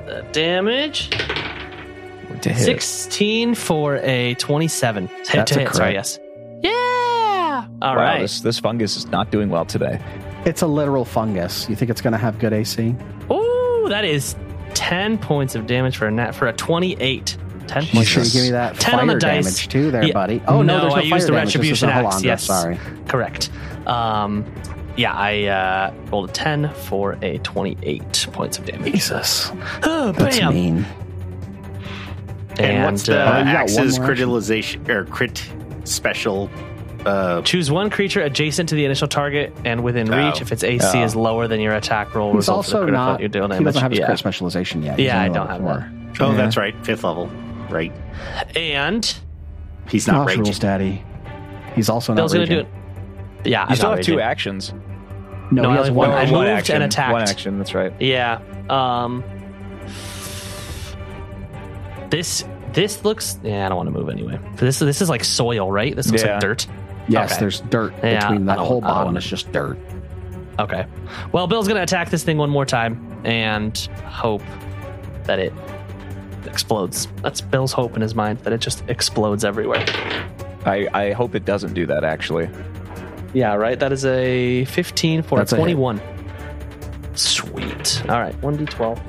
C: the damage.
E: to hit.
C: Sixteen for a twenty-seven. Hit
E: That's
C: to
E: a
C: hit.
E: crit.
C: Sorry, yes. Yeah. All right.
D: wow, this, this fungus is not doing well today.
B: It's a literal fungus. You think it's going to have good AC?
C: Ooh, that is ten points of damage for a nat for a twenty-eight. Ten
B: Make
C: points.
B: sure you
E: Jesus.
B: give me that
C: 10
B: fire
C: on the dice.
B: damage too, there,
C: Yeah.
B: buddy. Oh no,
C: No,
B: there's no
C: I
B: fire
C: used the
B: damage. This is a
C: retribution
B: whole
C: axe,
B: on,
C: yes.
B: Sorry.
C: Correct. Um, yeah, I uh, rolled a 10 for a 28 points of damage.
B: Jesus,
C: Oh,
B: <gasps> that's
C: bam!
B: mean.
C: And,
F: And what's the
C: uh,
B: you got
F: axe's
B: one more action.
F: criticalization or crit special? Uh,
C: choose one creature adjacent to the initial target and within
F: Oh.
C: reach if its AC is lower than your attack roll.
B: He's
C: results of the
B: also
C: critical
B: not. He
C: You deal
B: doesn't
C: damage.
B: have his
C: yeah.
B: crit specialization yet. He's
C: Yeah,
B: only
C: I don't
B: level
C: have
B: four.
F: oh,
D: Yeah.
F: that's right, fifth level, right?
C: And
F: He's not
B: Boss rules,
F: raging.
B: daddy. He's also
C: Bill's
B: not
C: going to
B: raging.
C: do it. Yeah,
D: You still have two actions.
B: No,
C: No,
B: he
C: I
B: has
C: only-
B: one.
C: I
B: action.
C: moved and
D: action.
C: attacked.
D: One action. That's right.
C: Yeah. Um. This this looks. Yeah, I don't want to move anyway. This this is like soil, right? This looks
D: Yeah.
C: like dirt.
B: Yes,
C: Okay.
B: there's dirt
C: Yeah,
B: between that
C: I don't-
B: whole
C: I don't
B: bottom.
C: wanna-
B: It's just dirt.
C: Okay. Well, Bill's going to attack this thing one more time and hope that it explodes. That's Bill's hope in his mind that it just explodes everywhere.
D: I, I hope it doesn't do that. Actually,
C: Yeah, right? That is a 15 for
B: That's a
C: a
B: hit.
C: 21. Sweet. All right, 1d12.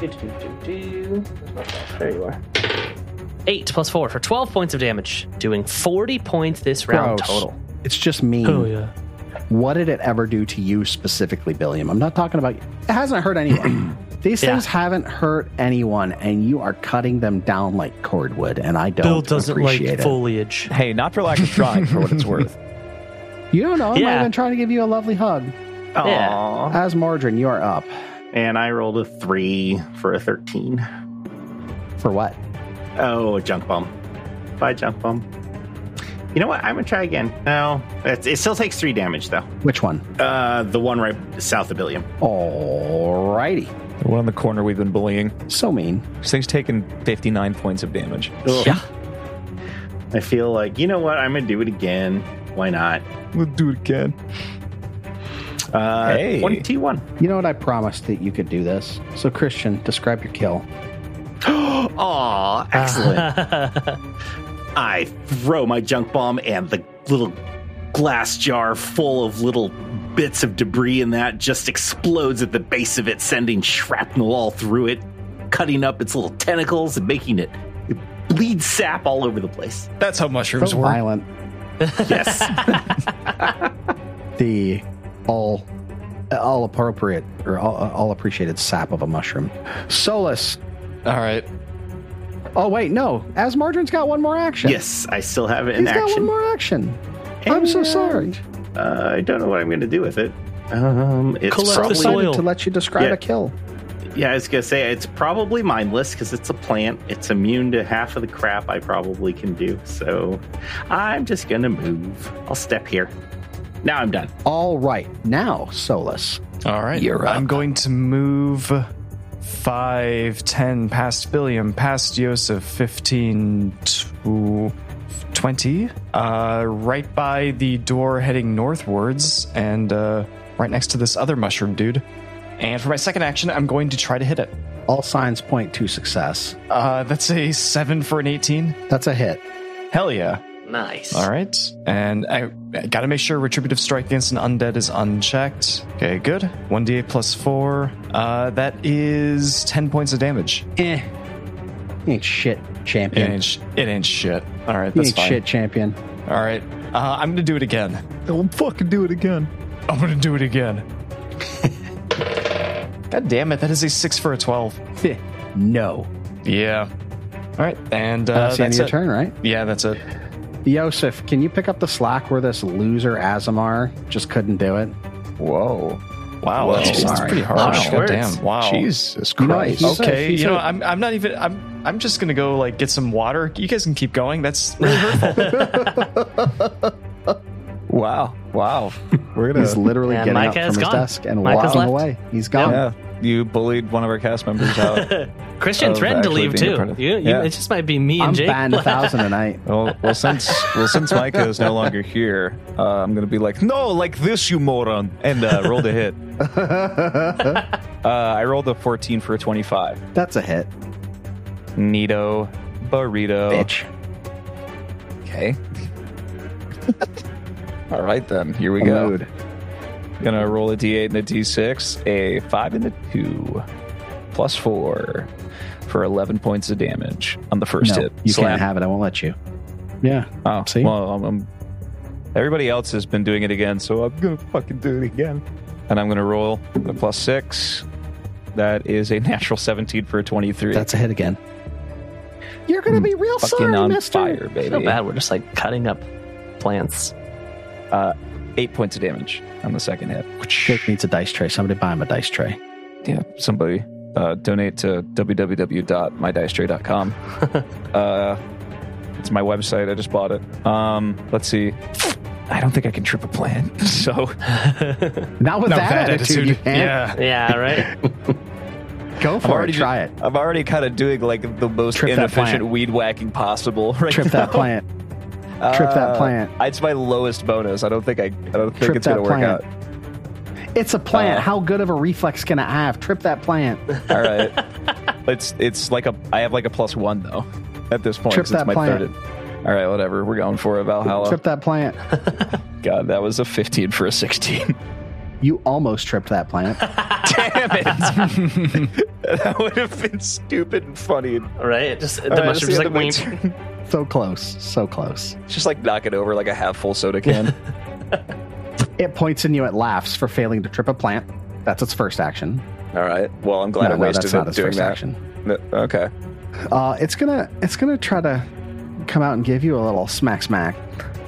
C: Do, do, do, do. Where's my dice? There you are. 8 plus 4 for 12 points of damage, doing 40 points this round
B: Gross. Oh,
C: total.
B: It's just mean.
C: yeah.
B: What did it ever do to you specifically, Billiam? I'm not talking about. It hasn't hurt
C: <clears throat>
B: anyone. These
C: Yeah.
B: things haven't hurt anyone, and you are cutting them down like cordwood. And I don't. appreciate it.
C: foliage.
D: hey, not for lack of trying, for what it's worth.
B: You don't know. I might
C: Yeah.
B: have been trying to give you a lovely hug.
C: Yeah.
F: Aw.
B: As Mordrin, you're up.
F: And I rolled a three for a thirteen.
B: For what?
F: Oh, junk bomb. Bye, junk bomb. You know what? I'm gonna try again. No, it, it still takes three damage though.
B: Which one?
F: Uh, the one right south of Billiam.
B: Alrighty.
D: The one in the corner we've been bullying.
B: So mean.
D: This thing's taken 59 points of damage.
C: Yeah.
F: I feel like you know what? I'm gonna do it again. Why not?
D: We'll do it again.
F: Uh,
D: Hey.
F: Twenty-one.
B: You know what? I promised that you could do this. So, Christian, describe your kill.
F: Aw, excellent. <laughs> I throw my junk bomb and the little glass jar full of little bits of debris in that just explodes at the base of it, sending shrapnel all through it, cutting up its little tentacles and making it it bleed sap all over the place.
E: That's how
B: So
E: mushrooms work.
B: violent.
F: Yes.
B: <laughs> The all all appropriate or all, all appreciated sap of a mushroom. Solus.
E: All right.
B: Oh wait, no. As Mordrin's got one more action.
F: yes, I still have it in
B: He's got one
F: action.
B: more action. I'm so
F: And
B: sorry.
F: Uh, I don't know what I'm going to do with it. Um, it's
C: Collect the
F: probably-
C: soil.
B: Excited to let you describe
F: Yeah.
B: a kill.
F: Yeah, I was gonna say it's probably mindless because it's a plant. It's immune to half of the crap I probably can do. So I'm just gonna move. I'll step here. Now I'm done.
B: All right. Now, Solus.
E: All right.
B: You're up.
E: I'm going to move 5, 10 past Billiam, past Yosef, 15, tw- 20, 20, uh, right by the door heading northwards, and uh, right next to this other mushroom dude. And for my second action, I'm going to try to hit it.
B: All signs point to success.
E: Uh, that's a 7 for an 18.
B: That's a hit.
E: Hell yeah.
C: Nice.
E: All right. And I, I gotta make sure retributive strike against an undead is unchecked. Okay, good. 1d8 plus 4. Uh, that is 10 points of damage.
B: Eh. You ain't shit,
E: It
B: champion.
E: ain't, sh- it ain't shit. All right,
B: You
E: that's
B: ain't
E: fine.
B: shit, champion.
E: All right. Uh, I'm gonna do it again.
B: Don't fucking do it again.
E: I'm gonna do
B: <laughs>
E: it again. God damn it, that is a 6 for a 12.
B: no.
E: Yeah. All right, and uh,
B: That's the end of
E: that's
B: your
E: it.
B: turn, right?
E: Yeah, that's it.
B: Yosef, can you pick up the slack where this loser Azamar just couldn't do it?
G: Whoa.
E: Wow, that's, that's
B: sorry.
E: pretty hard.
C: Harsh
E: God
C: words.
E: damn, wow.
G: Jesus
B: No,
G: Christ.
B: he's-
E: Okay,
B: He
E: you
B: said-
E: know, I'm, I'm not even. I'm I'm just gonna go like get some water. You guys can keep going. <laughs> That's really hurtful.
G: Wow. Wow. We're
B: He's
G: gonna
B: literally
C: Yeah,
B: getting
C: Micah
B: up from
C: is
B: his
C: gone.
B: desk and
C: Micah's
B: walking
C: left.
B: away. He's gone.
D: Yeah, you bullied one of our cast members out.
B: <laughs>
C: Christian
D: Of
C: threatened to
D: actually
C: leave
D: being a
C: too.
D: part of-
C: You, you,
D: Yeah.
C: It just might be me and
B: I'm
C: Jake.
B: batting a thousand tonight.
D: well, well, since well, since Micah is no longer here, uh, I'm gonna be like, no, like this, you moron, and uh, rolled
B: <laughs>
D: a hit. uh, I rolled a 14 for a 25.
B: That's a hit,
D: Nito burrito.
B: bitch.
D: Okay. <laughs> All right then. Here we
B: A
D: go.
B: mood.
D: Gonna roll a d8 and a d6, a five and a two, plus four, for 11 points of damage on the first
B: No,
D: hit.
B: you
D: Slap.
B: can't have it. I won't let you. Yeah.
D: Oh,
B: See?
D: Well, um, um, everybody else has been doing it again, so I'm gonna fucking do it again. And I'm gonna roll a plus six. That is a natural 17 for a 23.
B: That's a hit again. You're gonna be real
D: Mm, fucking
B: sorry,
D: on
B: mister.
D: fire, baby.
C: So bad. We're just like cutting up plants.
D: Eight points of damage on the second hit.
B: Jake needs a dice tray. Somebody buy him a dice tray.
D: yeah, somebody uh, donate to
B: <laughs>
D: www.mydiceTray.com. uh, it's my website. I just bought it. Um, let's see. I don't think I can trip a plan. <laughs> So
B: Not with
E: Not
B: that, attitude. you can't.
E: Yeah.
C: Yeah. Right.
B: Go
D: I'm
B: for it.
D: already
B: Try it.
D: I'm already kind of doing like the most
B: Trip that
D: inefficient
B: plant.
D: weed whacking possible. <laughs> Right
B: Trip that plant. Trip
D: Uh,
B: that plant.
D: It's my lowest bonus. I don't think I. I don't think
B: Trip
D: it's gonna
B: that plant.
D: work out.
B: It's a plant.
D: Uh,
B: How good of a reflex can I have? Trip that plant.
D: All right. <laughs> it's it's like a I have like a plus one though at this point.
B: Trip
D: 'cause
B: that
D: it's my
B: plant.
D: third. All right, whatever. We're going for it, Valhalla.
B: Trip that
D: <laughs>
B: plant.
D: God, that was a 15 for a 16.
B: You almost tripped that
D: <laughs>
B: plant.
D: Damn it! <laughs> that would have been stupid and funny.
C: Right. Just the
D: All right, that's
C: mushrooms
D: the end
C: like
D: of my
C: wink.
D: turn.
B: so close. So close.
D: <laughs> Just like knock it over like a half full
B: <laughs>
D: soda can.
B: It points in you at laughs for failing to trip a plant. That's its first action.
D: All right. Well, I'm glad
B: No,
D: I
B: no,
D: wasted
B: that's not
D: it
B: its
D: doing
B: first
D: that.
B: action.
D: No, Okay.
B: Uh, it's gonna it's gonna try to come out and give you a little smack smack,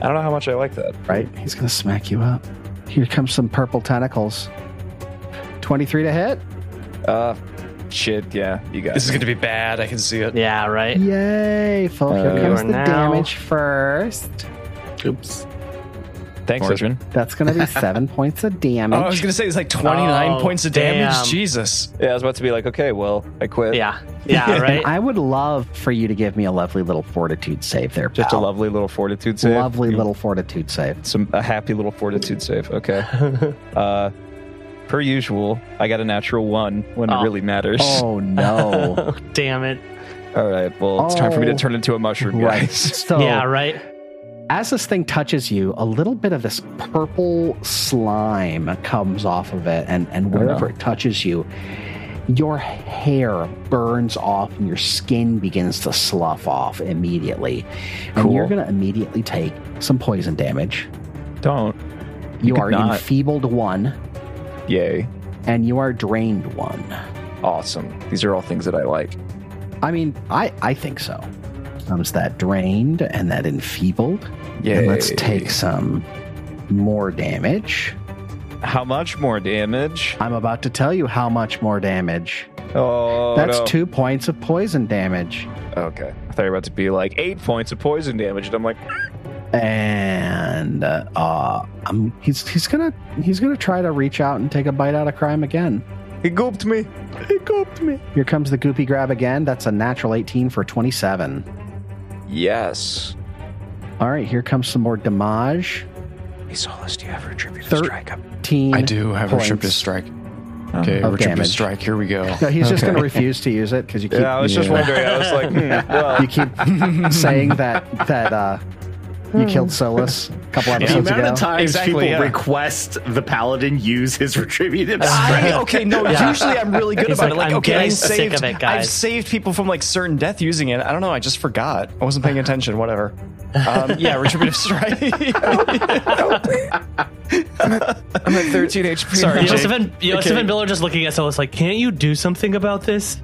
D: I don't know how much I like that.
B: right? He's gonna smack you up. Here comes some purple tentacles. Twenty-three to hit.
D: Uh, shit. Yeah, you guys.
E: This is gonna be bad. I can see it.
C: Yeah. Right.
B: Yay! Full here
D: Uh,
B: comes the
C: now-
B: damage first.
F: Oops.
D: Thanks, Richmond.
B: That's gonna be
E: <laughs>
B: seven points of
E: Oh, I was
B: damage.
E: gonna say it's like 29
C: Oh,
E: points of damage.
C: damn.
E: Jesus.
D: Yeah, I was about to be like, okay, well, I quit.
C: Yeah. Yeah.
B: <laughs>
C: Right.
B: I would love for you to give me a lovely little fortitude save there.
D: Just a
B: pal.
D: lovely little fortitude save.
B: lovely little fortitude
D: <laughs>
B: save.
D: Some a happy little fortitude save. Okay.
B: <laughs>
D: uh, per usual, I got a natural one when
C: Oh.
D: it really matters.
B: Oh no!
E: <laughs>
C: Oh, damn it.
D: <laughs> All right. Well, it's time for me
B: Oh.
D: to turn into a mushroom,
B: right.
D: guys.
B: So
C: Yeah. Right.
B: as this thing touches you, a little bit of this purple slime comes off of it, and and
D: Oh,
B: wherever it touches you, your hair burns off and your skin begins to slough off immediately, and you're going to immediately take some poison damage.
D: <laughs> Don't.
B: You,
D: could
B: are
D: not.
B: enfeebled one,
D: Yay.
B: and you are drained one.
D: Awesome. These are all things that I like.
B: I mean, I I think so. Comes that drained and that enfeebled.
D: Yay.
B: And let's take some more damage.
D: How much more damage?
B: I'm about to tell you how much more damage.
D: Oh,
B: That's
D: no.
B: two points of poison damage.
D: Okay. I thought you were about to be like eight points of poison damage, and I'm like,
B: And uh, uh I'm, he's he's gonna he's gonna try to reach out and take a bite out of crime again.
D: he gooped me. He gooped me.
B: Here comes the goopy grab again. That's a natural 18 for 27.
D: Yes.
B: All right, here comes some more damage.
G: Hey, Solus, do you have retributive
B: Thir-
G: strike up?
B: 13
E: I do have
B: points.
E: retributive strike.
C: Oh,
E: Okay,
B: Of
E: retributive
B: damage.
E: strike. Here we
C: <laughs>
E: go.
B: No, he's just going to refuse to use it because you keep.
D: Yeah, I was just
E: Yeah.
D: wondering. I was like, hmm, <laughs> well,
B: You keep saying that that uh, you killed Solus a couple
F: The
B: episodes
F: amount
B: ago.
F: of times
E: Exactly,
F: people
E: yeah.
F: request the paladin use his retributive strike.
E: I, okay, no.
C: Yeah.
E: Usually, I'm really good
C: He's
E: about
C: like,
E: it. Like,
C: "I'm
E: okay, I
C: getting sick
E: saved.
C: of it, guys."
E: I've saved people from like certain death using it. I don't know. I just forgot. I wasn't
C: <laughs>
E: paying attention. Whatever. Um, yeah, retributive strike.
G: I'm at 13 HP.
E: Sorry.
C: Yosef and, Yosef
E: Okay.
C: and Bill are just looking at Solus like, can't you do something about this?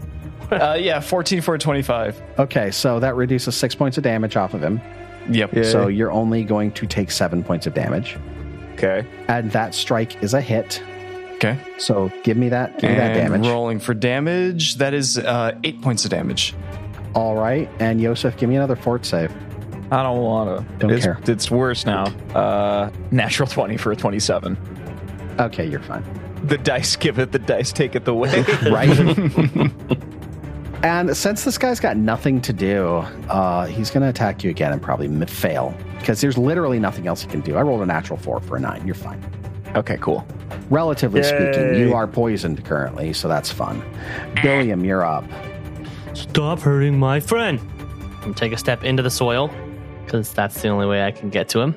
E: uh, yeah, 14 for 25.
B: Okay, so that reduces six points of damage off of him.
E: Yep.
B: So you're only going to take seven points of damage,
D: okay.
B: and that strike is a hit.
E: Okay.
B: So give me that, give me that
E: and
B: damage.
E: rolling for damage. That is uh, eight points of damage.
B: All right, and Yosef, give me another fort save.
D: I don't want to.
B: Don't
D: it's,
B: care.
D: It's worse now. Uh, natural 20 for a 27.
B: Okay, you're fine.
D: The dice give it, the dice take it the way.
B: Right. and since this guy's got nothing to do, uh, he's going to attack you again and probably m- fail because there's literally nothing else he can do. I rolled a natural four for a nine. You're fine.
D: okay, cool.
B: Relatively speaking, you are poisoned currently, so that's fun. Billiam, you're up.
C: Stop hurting my friend. And take a step into the soil, because that's the only way I can get to him.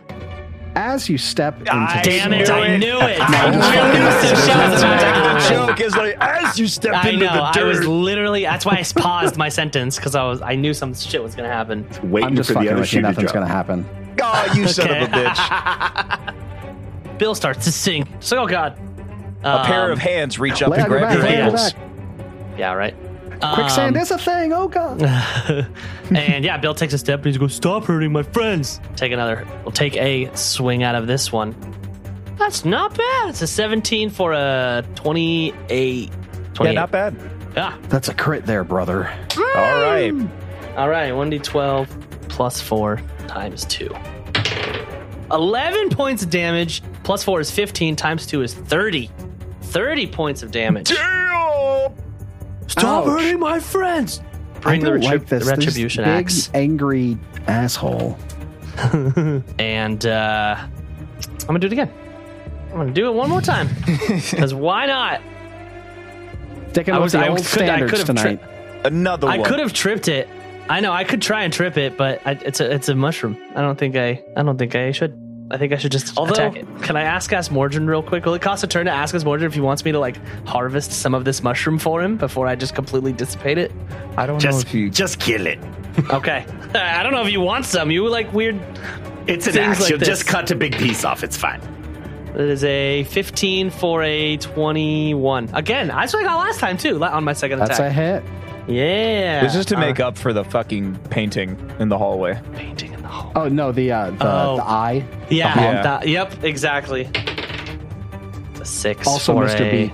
B: As you step into
C: Damn it,
B: soil-
C: I knew it. I knew Yosef Shell was about to
D: The
C: happen.
D: joke is like, as you step
C: I
D: into
C: know.
D: the
C: I
D: dirt.
C: was literally. That's why I paused my sentence because I was. I knew some shit was gonna happen.
F: Waiting
B: I'm just
F: for the
B: fucking
F: other
B: with you.
F: shoe to
B: Nothing's going
F: drop.
B: to happen.
D: <laughs> oh, you son of a bitch.
C: Bill starts to sink. So oh god.
D: A pair
C: Um,
D: of hands reach up
B: Lay
D: and
B: on your
D: grab
B: back,
D: your
B: lay on your
D: ankles.
B: back.
C: Yeah. Right.
B: Quicksand
C: Um,
B: is a thing. Oh, God.
C: <laughs> and yeah, Bill takes a step and he's going, Stop hurting my friends. Take another, we'll take a swing out of this one. That's not bad. It's a 17 for a 28. 28.
D: Yeah, not bad.
C: Yeah.
B: That's a crit there, brother.
D: All right.
C: All right. 1d12 plus 4 times 2. 11 points of damage plus 4 is 15 times 2 is 30. 30 points of damage. Stop
B: Ouch.
C: hurting my friends. Bring
B: I
C: the
B: don't
C: retrib-
B: like this. There's
C: retribution
B: big,
C: axe.
B: angry asshole.
C: and uh, I'm gonna do it again. I'm gonna do it one more time because why not?
B: Sticking
C: I
B: with
C: was-
B: the
C: I
B: old
C: could- I
B: standards
C: could've
B: tonight.
D: Another
C: I
D: one.
C: could have tripped it. I know I could try and trip it, but I, it's a it's a mushroom. I don't think I I don't think I should. I think I should just
D: Although-
C: attack it. Can I ask Asmorgen real quick? Will it cost a turn to ask Asmorgen if he wants me to like harvest some of this mushroom for him before I just completely dissipate it?
G: I don't know
F: Just,
G: if you.
F: just kill it.
C: Okay. <laughs> I don't know if you want some. You like weird.
F: It's an
C: Things
F: axe.
C: like
F: You'll
C: this.
F: just cut a big piece off. It's fine.
C: It is a 15 for a 21. Again, I what I got last time too la- on my second
B: That's a
C: attack.
B: hit.
C: yeah.
D: This is to
C: Uh,
D: make up for the fucking painting in the hallway.
C: painting in the hall.
B: Oh no, the uh, the,
C: Oh.
B: the eye.
C: Yeah.
D: Yeah.
C: that- yep. Exactly. It's a six.
B: Also,
C: for
B: Mr. B.
C: a-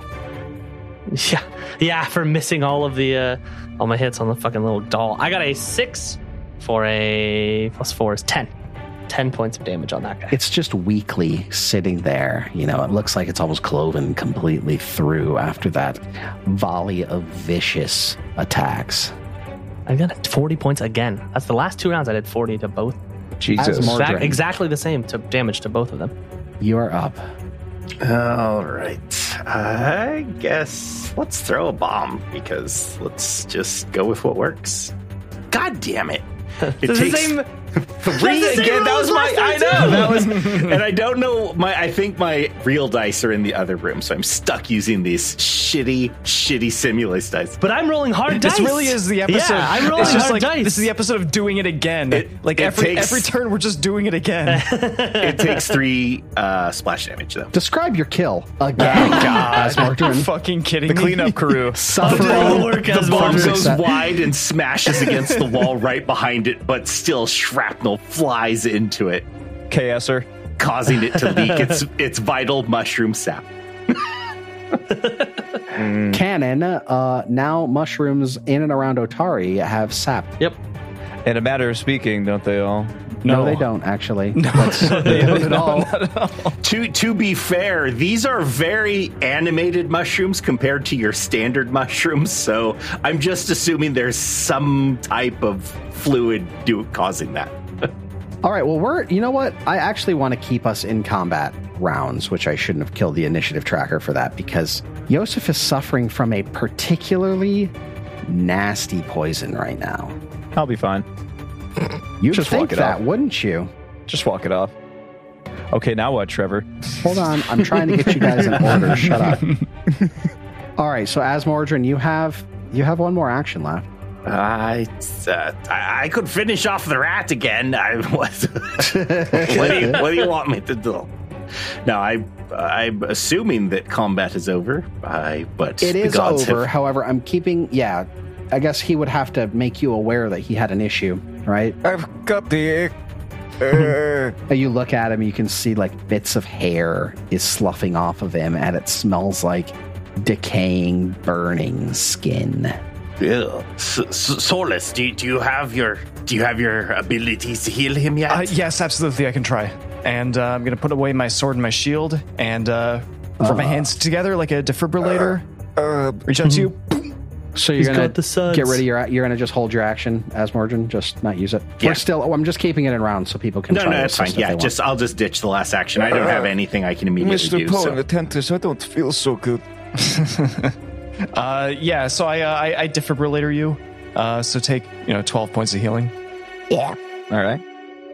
C: <laughs> Yeah. Yeah. For missing all of the uh, all my hits on the fucking little doll. I got a six for a plus four is ten. Ten points of damage on that guy.
B: It's just weakly sitting there. You know, it looks like it's almost cloven completely through after that volley of vicious attacks.
C: I got forty points again. That's the last two rounds. I did forty to both.
B: As
G: Jesus.
B: more-
C: Exact,
B: Mordred.
C: exactly the same to damage to both of them.
B: You are up.
F: All right. I guess let's throw a bomb because let's just go with what works. God
C: <laughs>
F: damn it. It
C: It's the
F: takes
C: same.
F: <laughs> three
C: That's the same
F: again. That
C: roll
F: was
C: as
F: my.
C: last
F: I
C: time,
F: know
C: too. <laughs>
F: that was, and I don't know my. I think my real dice are in the other room, so I'm stuck using these shitty, shitty simulus dice.
C: But I'm rolling hard dice.
E: This really is the episode.
C: Yeah, I'm rolling
E: it's just
C: hard
E: like,
C: dice.
E: This is the episode of doing it again.
F: It-
E: like
F: it
E: every
F: takes-
E: every turn, we're just doing it again.
C: <laughs>
F: It takes three uh, splash damage though.
B: Describe your kill
C: <laughs>
B: again. As we're
E: You're
B: doing
E: fucking kidding
D: The
E: me.
D: cleanup crew.
B: suffering.
C: work
F: The
C: as
F: bomb
C: well.
F: goes
B: Success.
C: <laughs>
F: wide and smashes against the wall right behind it, but still shrapnel flies into it,
D: KSer.
F: causing it to
B: <laughs>
F: leak its its vital mushroom sap.
C: Mm.
B: Cannon. Uh, now mushrooms in and around Otari have sapped.
C: Yep.
D: In a matter of speaking, don't they all?
B: No,
E: No.
B: they don't actually. No,
C: <laughs>
B: they don't at all.
F: To to be fair, these are very animated mushrooms compared to your standard mushrooms, so I'm just assuming there's some type of fluid do causing that.
B: All right. Well, we're, you know what? I actually want to keep us in combat rounds, which I shouldn't have killed the initiative tracker for that because Yosef is suffering from a particularly nasty poison right now.
D: I'll be fine.
B: You'd
D: Just
B: think
D: walk it
B: that,
D: off.
B: wouldn't you?
D: Just walk it off. Okay, now what, Trevor?
B: Hold on. I'm trying to get you guys
D: <laughs>
B: in order. Shut up. <laughs> All right. So, Asmordran, you have you have one more action left.
F: I, uh, I I could finish off the rat again. I was. <laughs> what, do you, what do you want me to do? No, I I'm assuming that combat is over. I but
B: It
F: the
B: is
F: gods
B: over.
F: Have,
B: However, I'm keeping. Yeah, I guess he would have to make you aware that he had an issue, right?
G: I've got
B: <laughs>
G: the ick. Uh,
B: You look at him, you can see like bits of hair is sloughing off of him, and it smells like decaying, burning skin.
F: Ew. Uh, S- S- Solus, do, do you have your do you have your abilities to heal him yet?
E: Uh, yes, absolutely, I can try. And uh, I'm going to put away my sword and my shield and uh, put my hands together like a defibrillator.
G: uh,
E: Reach out to you.
B: So you're
C: He's
B: gonna
C: got the suds.
B: get rid of your. You're gonna just hold your action as Morgan, just not use it.
F: Yeah.
B: We're still. Oh, I'm just keeping it in rounds so people can.
F: no,
B: try
F: no,
B: to
F: that's fine.
B: assist if
F: Yeah,
B: they want.
F: just I'll just ditch the last action. I don't have
D: Uh,
F: anything I can immediately
G: Mr.
F: do.
G: Poe and
F: So.
G: the Temptress, I don't feel so good.
E: Uh, yeah, so I, uh, I I defibrillator you. Uh, so take you know 12 points of healing.
D: All right.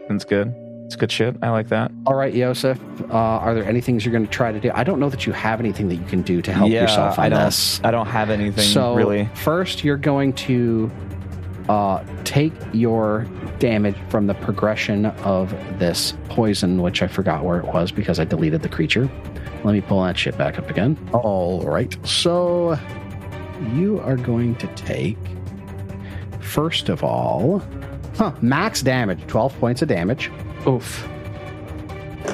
D: That's good. It's good shit. I like that.
B: All right, Yosef. Uh, are there any things you're going to try to do? I don't know that you have anything that you can do to help yourself on
D: I don't
B: this.
D: I don't have anything
B: So
D: really.
B: first, you're going to uh, take your damage from the progression of this poison, which I forgot where it was because I deleted the creature. Let me pull that shit back up again. All right. So you are going to take first of all, huh? Max damage, twelve points of damage.
C: Oof.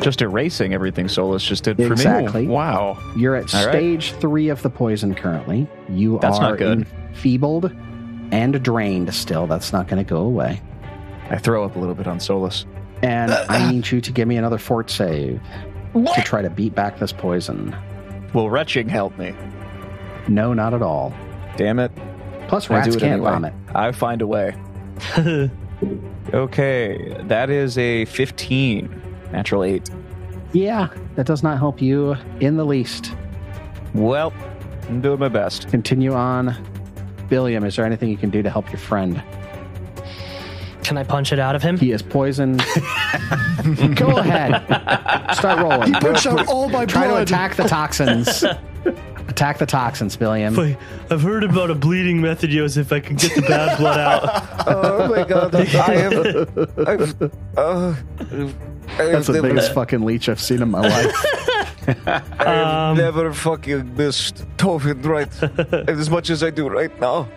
D: Just erasing everything Solus just did for
B: Exactly.
D: me. Wow.
B: You're at
D: All right.
B: stage three of the poison currently. You
D: That's
B: are
D: not good.
B: enfeebled and drained still. That's not going to go away.
D: I throw up a little bit on Solus.
B: And
D: <laughs>
B: I need you to give me another fort save to try to beat back this poison.
D: Will retching help me?
B: No, not at all.
D: Damn it.
B: Plus,
D: I do
B: rats
D: it
B: can't
D: anyway.
B: vomit.
D: I find
B: <laughs>
D: a way. okay, that is a 15. Natural 8.
B: Yeah, that does not help you in the least.
D: Well, I'm doing my best.
B: Continue on. Billiam, is there anything you can do to help your friend?
C: Can I punch it out of him?
B: He is poisoned. go ahead. Start rolling.
E: Push out all my
B: Try to attack the toxins. attack the toxins, Billiam.
C: Like, I've heard about a bleeding method, Joseph. I can get
E: <laughs>
C: the bad blood out.
G: Oh
B: <laughs>
G: my god, I have. I've, uh, I've
B: That's the
G: never,
B: biggest fucking leech I've seen in my life.
G: I've never fucking missed Tovin
B: <laughs>
G: right as much as I do right now.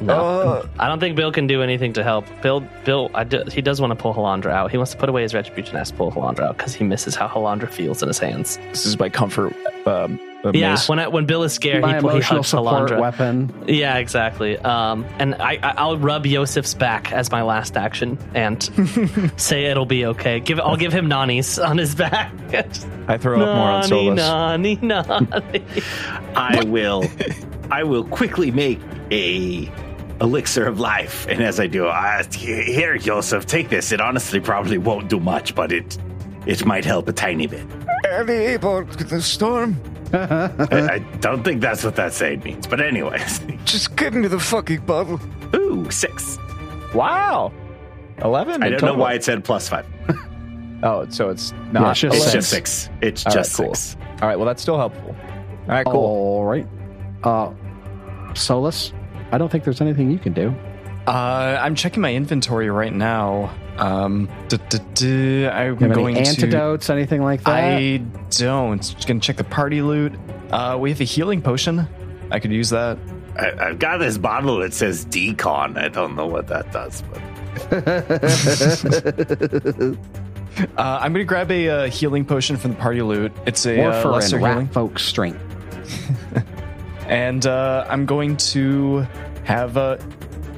B: Oh.
G: Uh,
C: I don't think Bill can do anything to help. Bill, Bill, I do, he does want to pull Halandra out. He wants to put away his retribution and has to pull Halandra out because he misses how Halandra feels in his hands.
D: This is my comfort. Um, uh,
C: Yeah,
D: mace.
C: when I, when Bill is scared,
B: My
C: he, pu- he
B: emotional
C: hugs
B: support
C: Halandra.
B: weapon.
C: Yeah, exactly. Um, and I, I, I'll rub Yosef's back as my last action
B: <laughs>
C: and say it'll be okay. Give I'll give him nannies on his back. <laughs>
D: I throw up more on
C: Nani,
D: Solus.
C: nani, nani.
F: <laughs> I
D: <laughs>
F: will I will quickly make a elixir of life, and as I do, I, here, Yosef, take this. It honestly probably won't do much, but it it might help a tiny bit.
G: are we able to the storm?
D: Uh-huh.
F: I, I don't think that's what that saying means, but anyways. <laughs>
G: Just give me the fucking bottle.
F: Ooh, six.
D: Wow. 11?
F: I
D: in
F: don't know
D: total.
F: why it said plus five.
D: Oh, so it's not.
B: it's just
F: It's
D: 11.
F: just six. It's
D: All right,
F: just
D: cool.
F: six.
D: All right, well, that's still helpful. All right, cool.
B: All right. Uh, Solus, I don't think there's anything you can do.
E: Uh, I'm checking my inventory right now. Um, duh, duh, duh, I'm
B: You have
E: going
B: any antidotes, anything like
E: to.
B: that?
E: I don't. Just gonna check the party loot. Uh, we have a healing potion. I could use that.
F: I, I've got this bottle that says decon. I don't know what that does, but
E: Uh, I'm gonna grab a uh, healing potion from the party loot. It's a uh,
B: Warfarin,
E: lesser
B: rat
E: healing,
B: folk strength.
E: and uh, I'm going to have uh,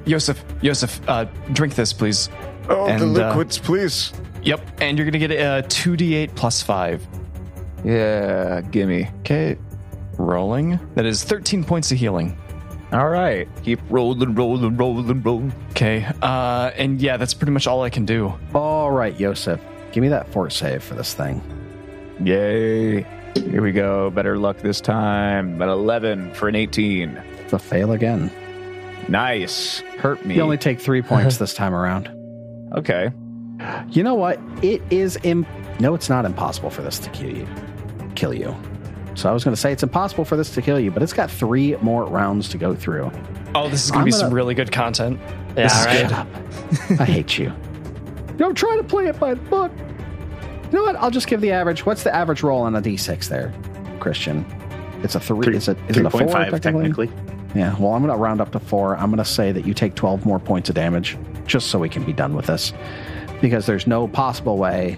E: Yosef. Yosef, uh, drink this, please.
G: Oh, the
E: And, uh,
G: liquids, please.
E: Yep, and you're gonna get a uh, two d8 plus five.
D: Oh. Yeah, gimme.
E: Okay, rolling. That is 13 points of healing.
D: All right. Keep rolling, rolling, rolling, rolling.
E: Okay, uh, and yeah, that's pretty much all I can do.
B: All right, Yosef, give me that fort save for this thing.
G: Yay. Here we go. Better luck this time. An 11 for an 18.
B: It's a fail again.
G: Nice. Hurt me.
B: You only take three
E: <laughs>
B: points this time around.
G: okay.
B: You know what? It is Im- no, it's not impossible for this to kill you. Kill you. So I was going to say it's impossible for this to kill you, but it's got three more rounds to go through.
E: Oh, this is gonna
B: I'm
E: be
B: gonna-
E: some really good content.
C: Yeah,
B: Shut
C: right.
B: up. I hate you. Don't try to play it by the book. You know what? I'll just give the average. What's the average roll on a d6 there, Christian? It's a three. Is it, is it a four?
F: 3.5 technically.
B: Yeah. Well, I'm going to round up to four. I'm going to say that you take 12 more points of damage just so we can be done with this because there's no possible way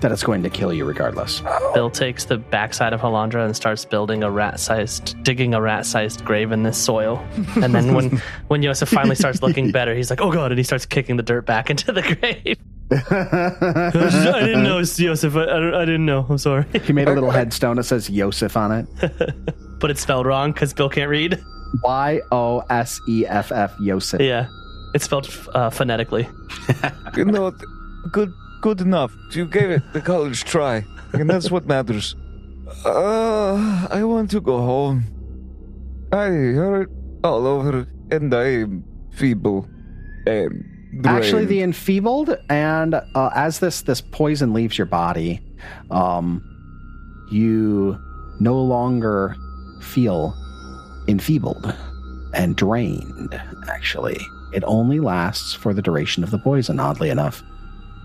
B: that it's going to kill you regardless.
C: Bill takes the backside of Halandra and starts building a rat-sized, digging a rat-sized grave in this soil. And
E: <laughs>
C: then when when Yosef finally starts looking better, he's like, "Oh god!" and he starts kicking the dirt back into the <laughs> grave. I didn't know, Yosef. I, I, I didn't know. I'm sorry, <laughs>
B: He made a little headstone that says Yosef on it.
C: but it's spelled wrong because Bill can't read.
B: Y O S E F F Yosef.
C: Yeah, it's spelled uh, phonetically.
G: You know, what? good, good enough. You gave it the college try, and that's what matters. Uh, I want to go home. I hurt all over, and I am feeble. And
B: Actually, the enfeebled, and uh, as this this poison leaves your body, um, you no longer feel enfeebled and drained. Actually, it only lasts for the duration of the poison. Oddly enough,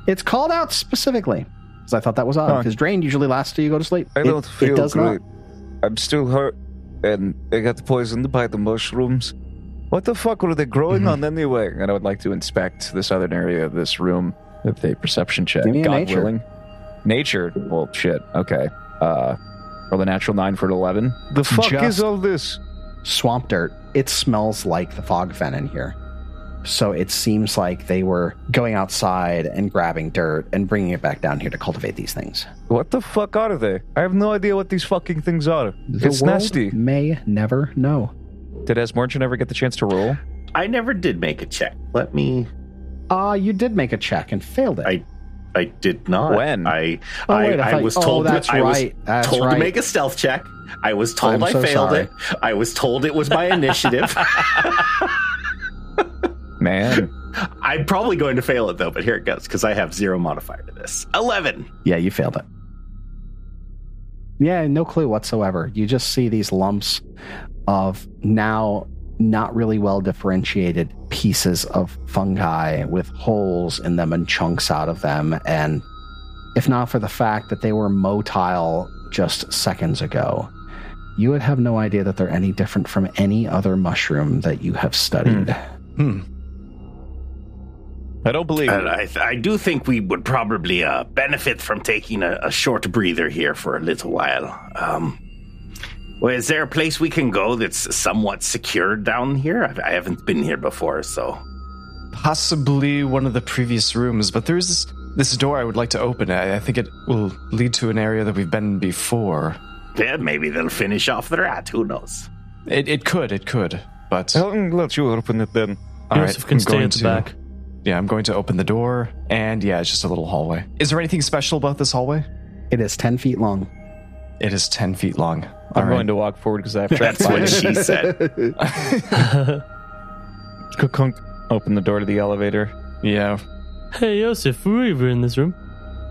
B: it's called out specifically because I thought that was odd.
G: Huh.
B: Because drained usually lasts till you go to sleep.
G: I
B: It-
G: don't
B: it
G: feel
B: does not.
G: great. I'm still hurt, and I got poisoned by the mushrooms. What the fuck were they growing
B: Mm-hmm.
G: on anyway?
D: And I would like to inspect this other area of this room with a perception check.
B: Give me a
D: God
B: nature.
D: willing. Nature. Well, shit. Okay. Uh, roll the natural nine for an 11.
G: The fuck
B: Just-
G: is all this?
B: swamp dirt, it smells like the fog fen in here. So it seems like they were going outside and grabbing dirt and bringing it back down here to cultivate these things.
G: What the fuck are they? I have no idea what these fucking things are. it's nasty.
B: May never know.
D: Did Esmorchan ever get the chance to roll?
F: I never did make a check. Let me.
B: Ah, you did make a check and failed it.
F: I I did not.
D: When?
F: I
B: Oh,
F: I,
B: wait, I
F: I,
B: thought-
F: was
B: oh,
F: told
B: that's
F: I was
B: right, that's
F: told
B: right.
F: to make a stealth check. I was told
B: I'm
F: I
B: so
F: failed
B: sorry.
F: it. I was told it was my initiative. <laughs>
B: <laughs>
D: Man.
F: I'm probably going to fail it though, but here it goes because I have zero modifier to this. Eleven.
B: yeah, you failed it. Yeah, no clue whatsoever. You just see these lumps of now not really well differentiated pieces of fungi with holes in them and chunks out of them. And if not for the fact that they were motile just seconds ago, you would have no idea that they're any different from any other mushroom that you have studied.
D: I don't believe it.
F: And I, I do think we would probably uh, benefit from taking a, a short breather here for a little while. Um, well, is there a place we can go that's somewhat secure down here? I, I haven't been here before, so
E: Possibly one of the previous rooms, but there is this, this door I would like to open. I, I think it will lead to an area that we've been before.
F: yeah, maybe they'll finish off the rat. Who knows?
E: It, it could, it could, but
D: Mm,
G: I'll let you open it then.
E: all right,
C: Yosef can
E: I'm
C: stay
E: going
C: at the
E: to-
C: back.
E: Yeah, I'm going to open the door, and yeah, it's just a little hallway. Is there anything special about this hallway?
B: It is 10 feet long.
E: It is 10 feet long. All
D: I'm
E: right.
D: going to walk forward because I
B: <laughs>
D: have track
F: That's what
D: five.
F: she
C: <laughs>
F: said.
D: Open the door to the elevator.
E: Yeah.
C: Hey, Yosef, we were in this room.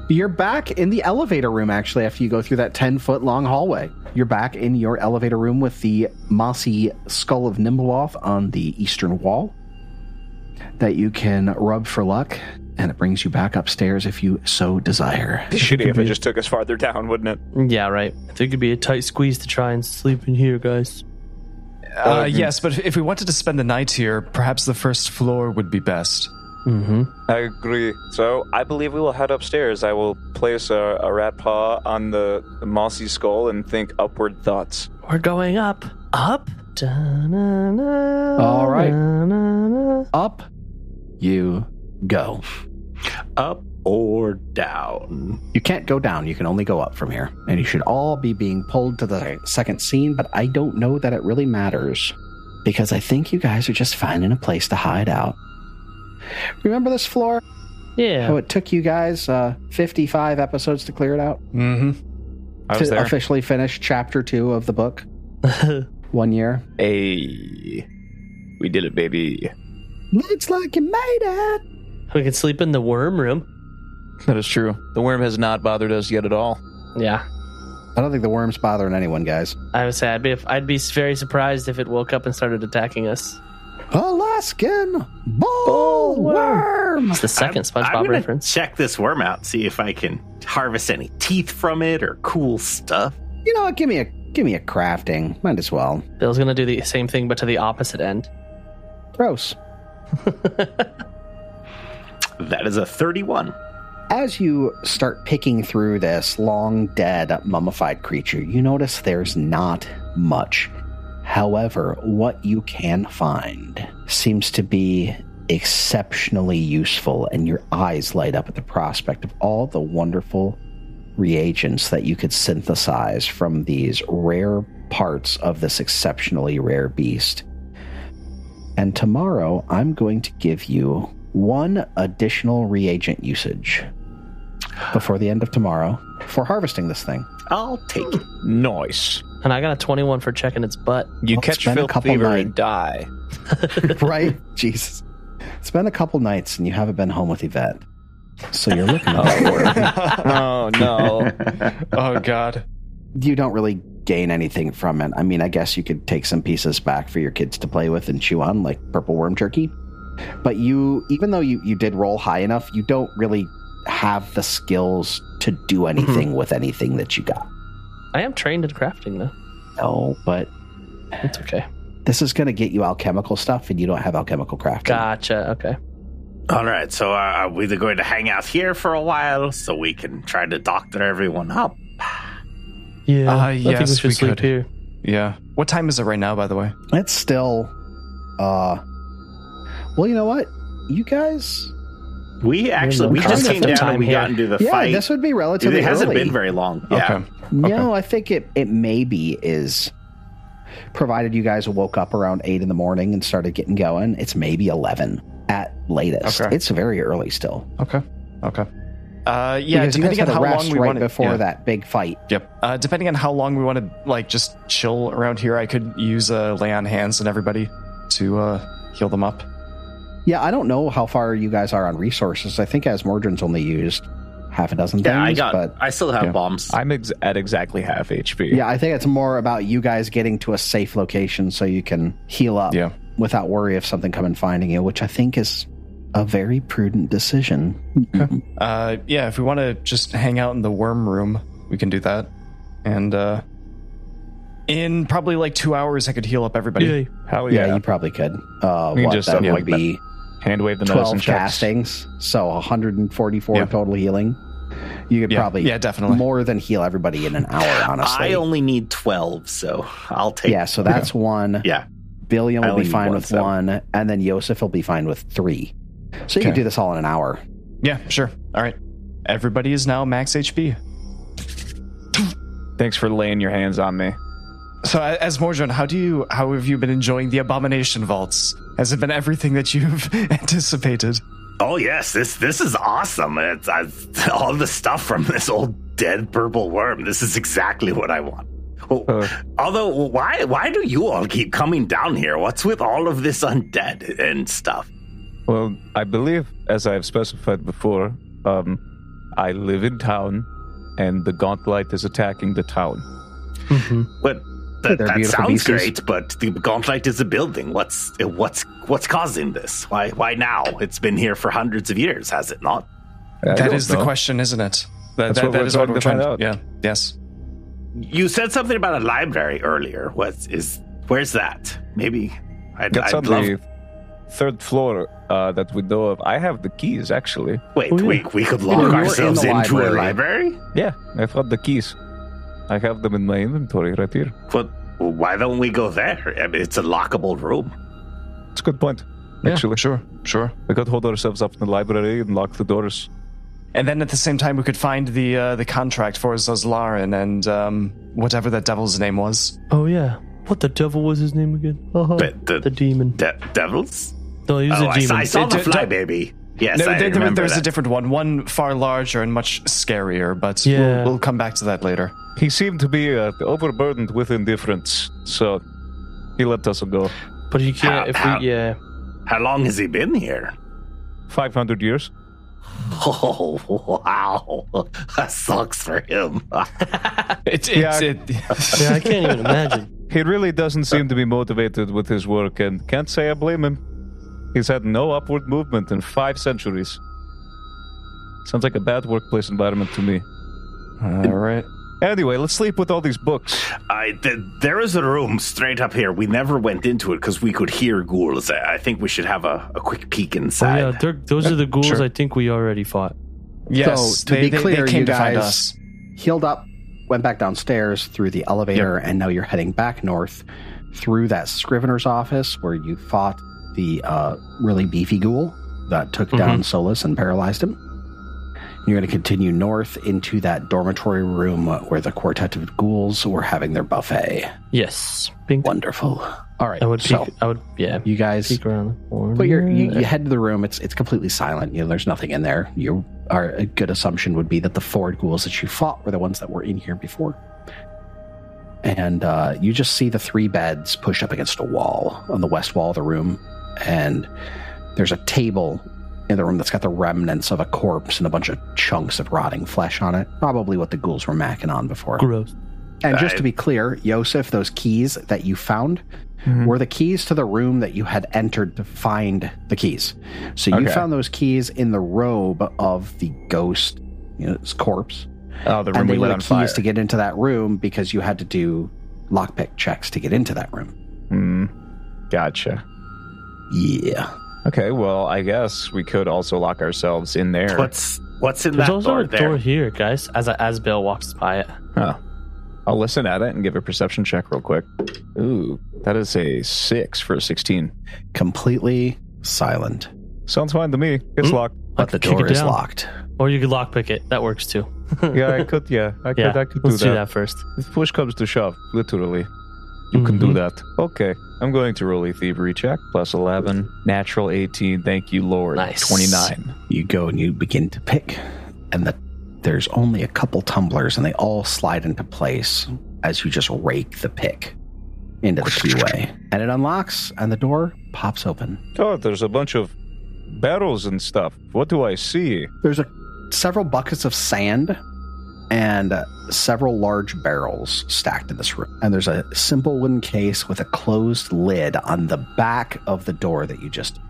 B: You're back in the elevator room, actually, after you go through that 10 foot long hallway. You're back in your elevator room with the mossy skull of Nimbleoth on the eastern wall that you can rub for luck, and it brings you back upstairs if you so desire.
G: Shitty if it just took us farther down, wouldn't it?
C: Yeah, right. I think it'd be a tight squeeze to try and sleep in here, guys.
E: Uh, yes, but if we wanted to spend the night here, perhaps the first floor would be best.
G: I agree. So I believe we will head upstairs. I will place a, a rat paw on the mossy skull and think upward thoughts.
C: We're going up, up. Da-na-na,
B: All right.
C: na-na-na.
B: Up you go.
F: Up or down?
B: You can't go down, you can only go up from here. And you should all be being pulled to the second scene, but I don't know that it really matters because I think you guys are just finding a place to hide out. Remember this floor?
C: Yeah.
B: how it took you guys uh, 55 episodes to clear it out
E: Mm-hmm.
D: I was
B: to
D: there.
B: officially finish chapter two of the book. One year.
G: Hey, we did it, baby.
B: Looks like you made it.
C: We can sleep in the worm room.
D: That is true. The worm has not bothered us yet at all.
C: Yeah.
B: I don't think the worm's bothering anyone, guys.
C: I would say I'd be, I'd be very surprised if it woke up and started attacking us.
B: Alaskan bull worm.
C: It's the second SpongeBob
F: I'm gonna
C: reference.
F: check this worm out, see if I can harvest any teeth from it or cool stuff.
B: You know what? Give me a give me a crafting. Might as well.
C: Bill's gonna do the same thing, but to the opposite end.
B: Gross.
F: That is a 31.
B: As you start picking through this long dead mummified creature, you notice there's not much. However, what you can find seems to be exceptionally useful, and your eyes light up at the prospect of all the wonderful reagents that you could synthesize from these rare parts of this exceptionally rare beast. And tomorrow, I'm going to give you one additional reagent usage before the end of tomorrow for harvesting this thing.
F: I'll take it.
D: Nice.
C: And I got a 21 for checking its butt.
D: You
B: Well, it's
D: catch
B: been a
D: filth
B: couple
D: fever
B: night-
D: and
G: <laughs>
D: die.
B: right? Jesus. It's been a couple nights and you haven't been home with Yvette. So you're looking at
D: oh
G: <laughs>
D: no.
E: Oh God.
B: You don't really gain anything from it. I mean, I guess you could take some pieces back for your kids to play with and chew on, like purple worm jerky. But you, even though you, you did roll high enough, you don't really have the skills to do anything with anything that you got.
C: I am trained in crafting though.
B: No, but
C: It's okay.
B: this is going to get you alchemical stuff and you don't have alchemical crafting.
C: Gotcha. Okay.
F: All right, so uh, are we going to hang out here for a while so we can try to doctor everyone up?
C: Yeah.
D: Ah,
E: Uh,
C: I think we
E: yes,
C: should
E: we
C: sleep
E: could.
C: here.
E: Yeah. What time is it right now, by the way?
B: It's still, uh, well, you know what? You guys,
F: We actually
C: no
F: we just
B: concept
F: came
B: of
F: down
C: time
F: and we
C: here.
F: got into the
B: yeah,
F: fight.
B: this would be relatively.
F: it hasn't
B: early.
F: been very long. Yeah.
E: Okay.
B: No, I think it it maybe is. Provided you guys woke up around eight in the morning and started getting going, it's maybe eleven at latest.
E: Okay.
B: It's very early still.
E: Okay. Okay. Uh, yeah.
B: because you guys
E: depending
B: had a
E: on how
B: rest
E: long we
B: right
E: want
B: before that big fight.
E: Yep. Uh, depending on how long we want to like just chill around here, I could use a lay on hands and everybody to uh, heal them up.
B: Yeah, I don't know how far you guys are on resources. I think Asmordran's only used half a dozen
F: Yeah, I
B: things,
F: got
B: but
F: I still have
E: Yeah.
F: bombs.
D: I'm ex- at exactly half HP.
B: Yeah, I think it's more about you guys getting to a safe location so you can heal up
E: Yeah.
B: without worry of something coming finding you, which I think is a very prudent decision.
E: Uh, yeah. If we want to just hang out in the worm room, we can do that. And uh, in probably like two hours, I could heal up everybody.
D: Hell
B: Yeah,
D: yeah.
B: you probably could. Uh,
D: We can
B: what
D: just,
B: that
D: uh,
B: would
D: like,
B: be
D: Hand wave the
B: 12
D: medicine checks.
B: castings, so 144
E: Yeah.
B: total healing. You could
E: Yeah.
B: probably
E: Yeah, definitely.
B: more than heal everybody in an hour, honestly.
F: I only need 12, so I'll take
B: yeah, so that's one.
F: Yeah.
B: Billion
F: I
B: will be
F: only need
B: fine
F: one,
B: with
F: so-
B: one, and then Yosef will be fine with three. So you can
E: Okay.
B: do this all in an hour.
E: Yeah. Sure. All right. Everybody is now max HP.
D: Thanks for laying your hands on me.
E: So, a- as Morjon, how do you? How have you been enjoying the Abomination Vaults? Has it been everything that you've <laughs> anticipated?
F: Oh yes, this this is awesome. It's, it's <laughs> all the stuff from this old dead purple worm. This is exactly what I want. Oh,
D: Uh.
F: Although, why why do you all keep coming down here? What's with all of this undead and stuff?
D: Well, I believe, as I have specified before, um, I live in town, and the Gauntlet is attacking the town.
F: But that,
B: They're
F: that
B: beautiful
F: sounds
B: beasts.
F: great. But the gauntlet is a building. What's what's what's causing this? Why why now? It's been here for hundreds of years, has it not?
D: I
E: that
D: don't
E: is the
D: know.
E: question, isn't it? That,
D: That's
E: that-
D: what
E: that
D: we're
E: is what
D: trying
E: we're
D: to find
E: trying to.
D: out.
E: Yeah. Yes.
F: You said something about a library earlier. What is where's that? Maybe I'd,
D: That's
F: I'd
D: on
F: love.
D: the third floor uh, that we know of. I have the keys, actually.
F: Wait, wait, we could
B: you
F: lock
B: were Oh, in
F: ourselves
B: the
F: into a
B: library.
F: library?
D: Yeah, I've got the keys. I have them in my inventory right here.
F: Well, why don't we go there? I mean, it's a lockable room.
D: It's a good point.
E: Yeah,
D: Actually,
E: sure. Sure.
D: we could hold ourselves up in the library and lock the doors.
E: And then at the same time, we could find the uh, the contract for Zozlarin and um, whatever that devil's name was.
C: Oh yeah. What the devil was his
F: Oh,
E: Oh,
C: name again? Uh-huh.
F: But the-
C: the demon.
F: De- devils?
C: No, he was
F: oh,
C: a
F: I,
C: demon.
F: saw, I saw
E: It
F: the
E: did-
F: flybaby. Yes,
E: No,
F: I
E: there, there-
F: remember
E: there's a
F: that.
E: different one. One far larger and much scarier, but
C: Yeah.
E: we'll, we'll come back to that later.
D: He seemed to be uh, overburdened with indifference, so he let us go.
C: But you
F: How-
C: can't.
F: how-
C: if we, yeah.
F: How long has he been here?
D: 500 years.
F: Oh wow, that sucks for him. <laughs>
E: It,
D: Yeah.
E: it's it,
C: Yeah, I can't even imagine.
D: He really doesn't seem to be motivated with his work, and can't say I blame him. He's had no upward movement in five centuries. Sounds like a bad workplace environment to me.
E: All right.
D: Anyway, let's sleep with all these books.
F: I th- there is a room straight up here. We never went into it because we could hear ghouls. I, I think we should have a, a quick peek inside.
C: yeah, they're- those are the ghouls I think we already fought.
E: Yes,
B: to
E: they,
B: be
E: they- they
B: clear,
E: came
B: you
E: to find
B: guys-
E: us.
B: healed up, went back downstairs through the elevator, and now you're heading back north through that Scrivener's office where you fought the uh, really beefy ghoul that took
C: Mm-hmm.
B: down Solus and paralyzed him. You're going to continue north into that dormitory room where the quartet of ghouls were having their buffet.
C: Yes. Pink.
B: Wonderful. All right.
C: I would.
B: so
C: Peek, I would. Yeah.
B: you guys
C: Peek around the corner.
B: but you're, you you head to the room. It's it's completely silent. You know, there's nothing in there. You are a good assumption would be that the Ford ghouls that you fought were the ones that were in here before. And uh, you just see the three beds pushed up against a wall on the west wall of the room, and there's a table in the room that's got the remnants of a corpse and a bunch of chunks of rotting flesh on it. Probably what the ghouls were macking on before.
C: gross.
B: And just
F: I-
B: to be clear, Yosef, those keys that you found
C: Mm-hmm.
B: were the keys to the room that you had entered to find the keys. So you
D: Okay.
B: found those keys in the robe of the ghost, you know, its corpse.
D: Oh, the
B: and they were the keys to get into that room because you had to do lockpick checks to get into that room.
D: Hmm. Gotcha.
B: Yeah.
D: Okay, well, I guess we could also lock ourselves in there.
F: What's what's in
C: There's
F: that
C: also
F: door
C: a
F: there?
C: door here, guys. As as Bill walks by it.
D: Huh. I'll listen at it and give a perception check real quick. Ooh, that is a six for a 16.
B: Completely silent.
D: Sounds fine to me. It's
C: Mm.
D: locked.
B: But the
C: could kick
B: door
C: it
B: is
C: down.
B: locked.
C: Or you could lockpick it. That works too.
D: Yeah, I could. Yeah, I could.
C: Yeah.
D: I could
C: Let's
D: do that.
C: first.
D: If push comes to shove, literally, you can do
C: Mhm.
D: that. Okay, I'm going to roll a thievery check. Plus 11, natural 18. Thank you, Lord.
C: Nice.
D: 29.
B: You go and you begin to pick, and the, there's only a couple tumblers, and they all slide into place as you just rake the pick into the keyway. And it unlocks, and the door pops open.
D: Oh, there's a bunch of barrels and stuff. What do I see?
B: There's a, several buckets of sand and uh, several large barrels stacked in this room. And there's a simple wooden case with a closed lid on the back of the door that you just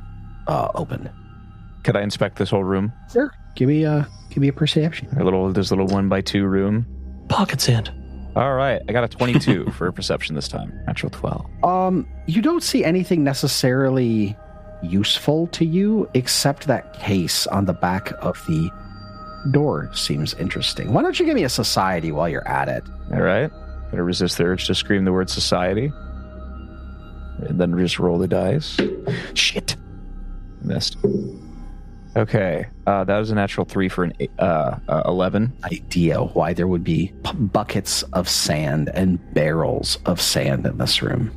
B: uh, opened.
D: Could I inspect this whole room?
B: Sure. Give me a give me a perception.
D: Our little, this little one by two room.
C: Pocket sand.
D: All right, I got a 22 for perception this time. Natural 12.
B: Um, you don't see anything necessarily useful to you except that case on the back of the door seems interesting. Why don't you give me a society while you're at it?
D: All right. Gotta resist the urge to scream the word society. And then just roll the dice. Shit. Missed. Okay. Uh, that was a natural three for an eight, uh, uh, 11.
B: Idea why there would be p- buckets of sand and barrels of sand in this room.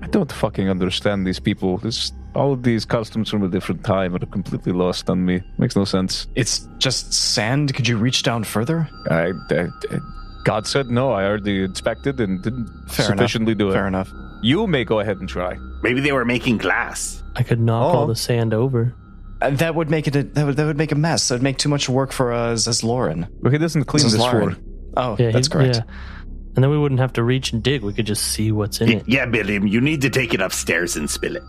D: I don't fucking understand these people. This, all of these customs from a different time are completely lost on me. Makes no sense.
E: It's just sand. Could you reach down further?
D: I, I- I- God said no. I already inspected and didn't
E: Fair enough.
D: sufficiently do it.
E: Fair enough.
D: You may go ahead and try.
F: Maybe they were making glass.
C: I could knock
D: Oh.
C: all the sand over.
E: Uh, that would make it. A, that would that would make a mess. That would make too much work for us as Lauren.
D: But he doesn't clean
E: This is
D: this,
E: Lauren.
D: floor.
E: Oh,
C: Yeah,
E: that's
C: he-
E: correct.
C: yeah. And then we wouldn't have to reach and dig. We could just see what's in
F: Y-
C: it.
F: Yeah, Billiam, you need to take it upstairs and spill it.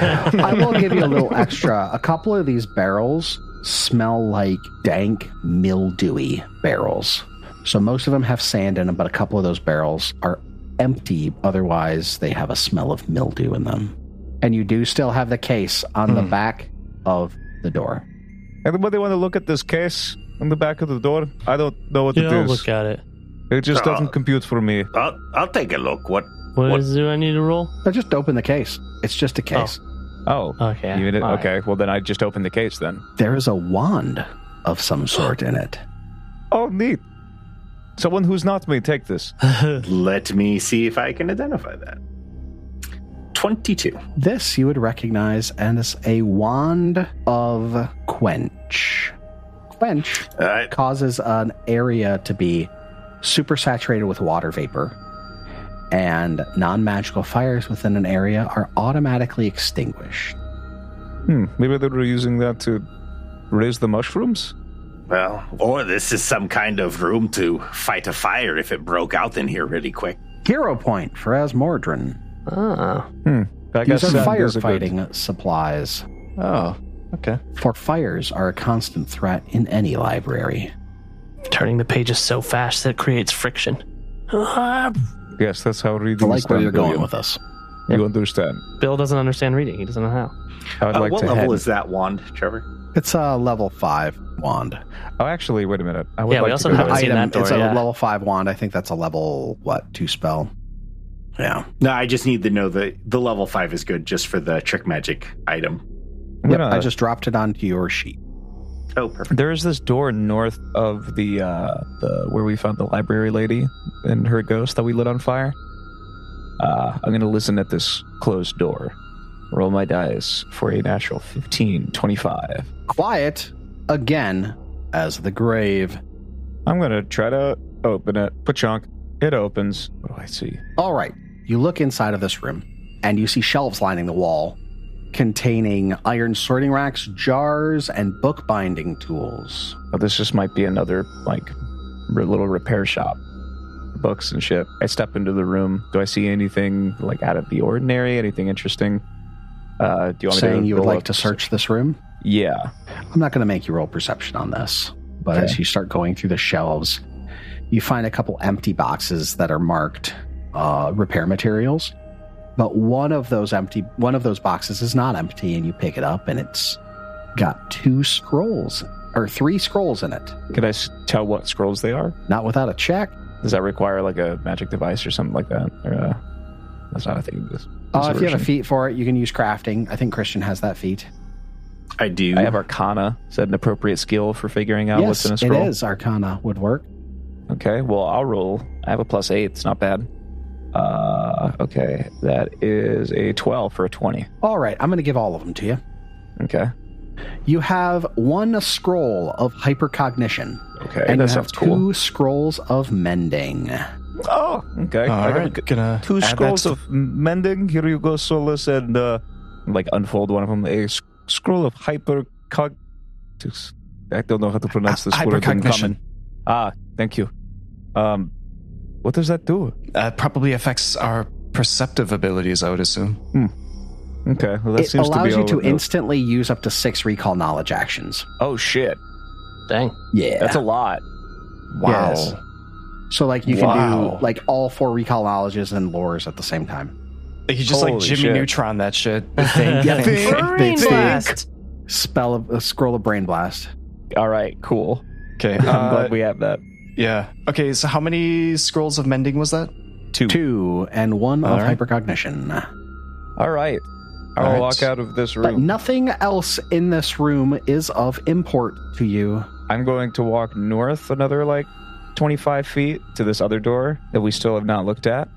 B: I will give you a little extra. A couple of these barrels smell like dank, mildewy barrels. So most of them have sand in them, but a couple of those barrels are empty. Otherwise, they have a smell of mildew in them. And you do still have the case on the back of the door.
D: Anybody want to look at this case on the back of the door? I don't know what
C: Yeah, I'll
D: it is.
C: look at it.
D: It just
F: Uh,
D: doesn't compute for me.
F: I'll, I'll take a look. What?
C: what
F: What-
C: is do I need to roll?
B: But just open the case. It's just a case.
D: Oh,
C: Okay,
D: You did-
C: all right.
D: okay. Well, then I just opened the case then.
B: There is a wand of some sort in it.
D: Oh, neat. Someone
C: <laughs>
D: who's not me, take this.
F: Let me see if I can identify that. 22.
B: This you would recognize as a wand of quench. Quench
F: All right.
B: causes an area to be super saturated with water vapor, and non magical fires within an area are automatically extinguished.
D: Hmm, maybe they were using that to raise the mushrooms?
F: Well, or this is some kind of room to fight a fire if it broke out in here really quick.
B: Hero point for Asmordran.
C: Ah.
D: I
B: These are
D: that is a good-
B: firefighting supplies,
E: Oh, okay.
B: for fires are a constant threat in any library.
C: Turning the pages so fast that it creates friction.
D: Yes, that's how reading
B: I
D: is
B: like where
D: done,
B: you're going
D: William.
B: with us.
D: You understand.
C: Bill doesn't understand reading. He doesn't know how.
D: I would
F: Uh,
D: like
F: what
D: to
F: level
D: head-
F: is that wand, Trevor?
B: It's a level five wand.
D: Oh, actually, wait a minute. I would
C: Yeah, we
D: like
C: also
D: to go
C: haven't
D: there.
C: seen
B: Item,
C: that door,
B: it's a
C: yeah.
B: level five wand. I think that's a level what two spell. Yeah.
F: No, I just need to know that the level five is good just for the trick magic item.
D: I'm
B: Yep,
D: gonna-
B: I just dropped it onto your sheet.
F: Oh,
D: <laughs>
F: perfect.
D: There is this door north of the uh, the where we found the library lady and her ghost that we lit on fire. Uh, I'm gonna listen at this closed door. Roll my dice for a natural 15, 25.
B: Quiet again as the grave.
D: I'm gonna try to open it. Pachonk. It opens. What do I see?
B: All right. You look inside of this room and you see shelves lining the wall containing iron sorting racks, jars, and bookbinding tools.
D: Oh, this just might be another like r- little repair shop. Books and shit. I step into the room. Do I see anything like out of the ordinary? Anything interesting? Uh, do you want me
B: Saying
D: to
B: you would
D: roll
B: like
D: up-
B: to search this room.
D: Yeah.
B: I'm not going to make you roll perception on this, but
D: Okay.
B: as you start going through the shelves, you find a couple empty boxes that are marked uh, repair materials. But one of those empty, one of those boxes is not empty, and you pick it up, and it's got two scrolls or three scrolls in it.
D: Can I s- tell what scrolls they are?
B: Not without a check.
D: Does that require like a magic device or something like that? Or, uh, that's not a thing. This,
B: Uh, if you have a
D: version.
B: feat for it, you can use crafting. I think Christian has that feat.
F: I do.
D: I have Arcana. Is that an appropriate skill for figuring out what's
B: yes,
D: in a
B: it
D: scroll?
B: is. Arcana would work.
D: Okay, well, I'll roll. I have a plus eight. It's not bad. Uh, okay, that is a 12 for a 20.
B: All right, I'm going to give all of them to you.
D: Okay.
B: You have one scroll of hypercognition.
D: Okay,
B: and
D: that
B: you have
D: sounds cool.
B: two scrolls of mending.
D: Oh, okay.
E: All
D: I got a
E: right,
D: good-
E: gonna
D: Two
E: add that
D: scrolls
E: to-
D: of mending. Here you go, Solus, and uh, like unfold one of them. A sc- scroll of hypercog. I don't know how to pronounce this
E: Hy-
D: word. in
E: hypercognition.
D: common. Ah, thank you. Um, what does that do?
E: Uh, probably affects our perceptive abilities, I would assume.
D: Okay, well, that
B: it
D: seems
B: allows
D: to be
B: you
D: all
B: to
D: it does.
B: instantly use up to six recall knowledge actions.
D: Oh shit,
C: Dang.
B: Yeah.
D: that's a lot.
E: Wow.
B: Yes. So like you can
E: Wow.
B: do like all four recall knowledges and lores at the same time.
E: You just like
D: Holy
E: Jimmy
D: shit.
E: Neutron that shit.
D: <laughs>
C: Brain blast.
B: Spell of, uh, scroll of brain blast.
D: All right, cool.
E: Okay.
D: <laughs> I'm
E: uh,
D: glad we have that.
E: yeah. Okay, so how many scrolls of mending was that?
D: Two.
B: Two and one
E: All
B: of
E: right.
B: hypercognition.
D: All right, I'll
E: All right.
D: walk out of this
B: But
D: room.
B: nothing else in this room is of import to you.
D: I'm going to walk north another like 25 feet to this other door that we still have not looked at.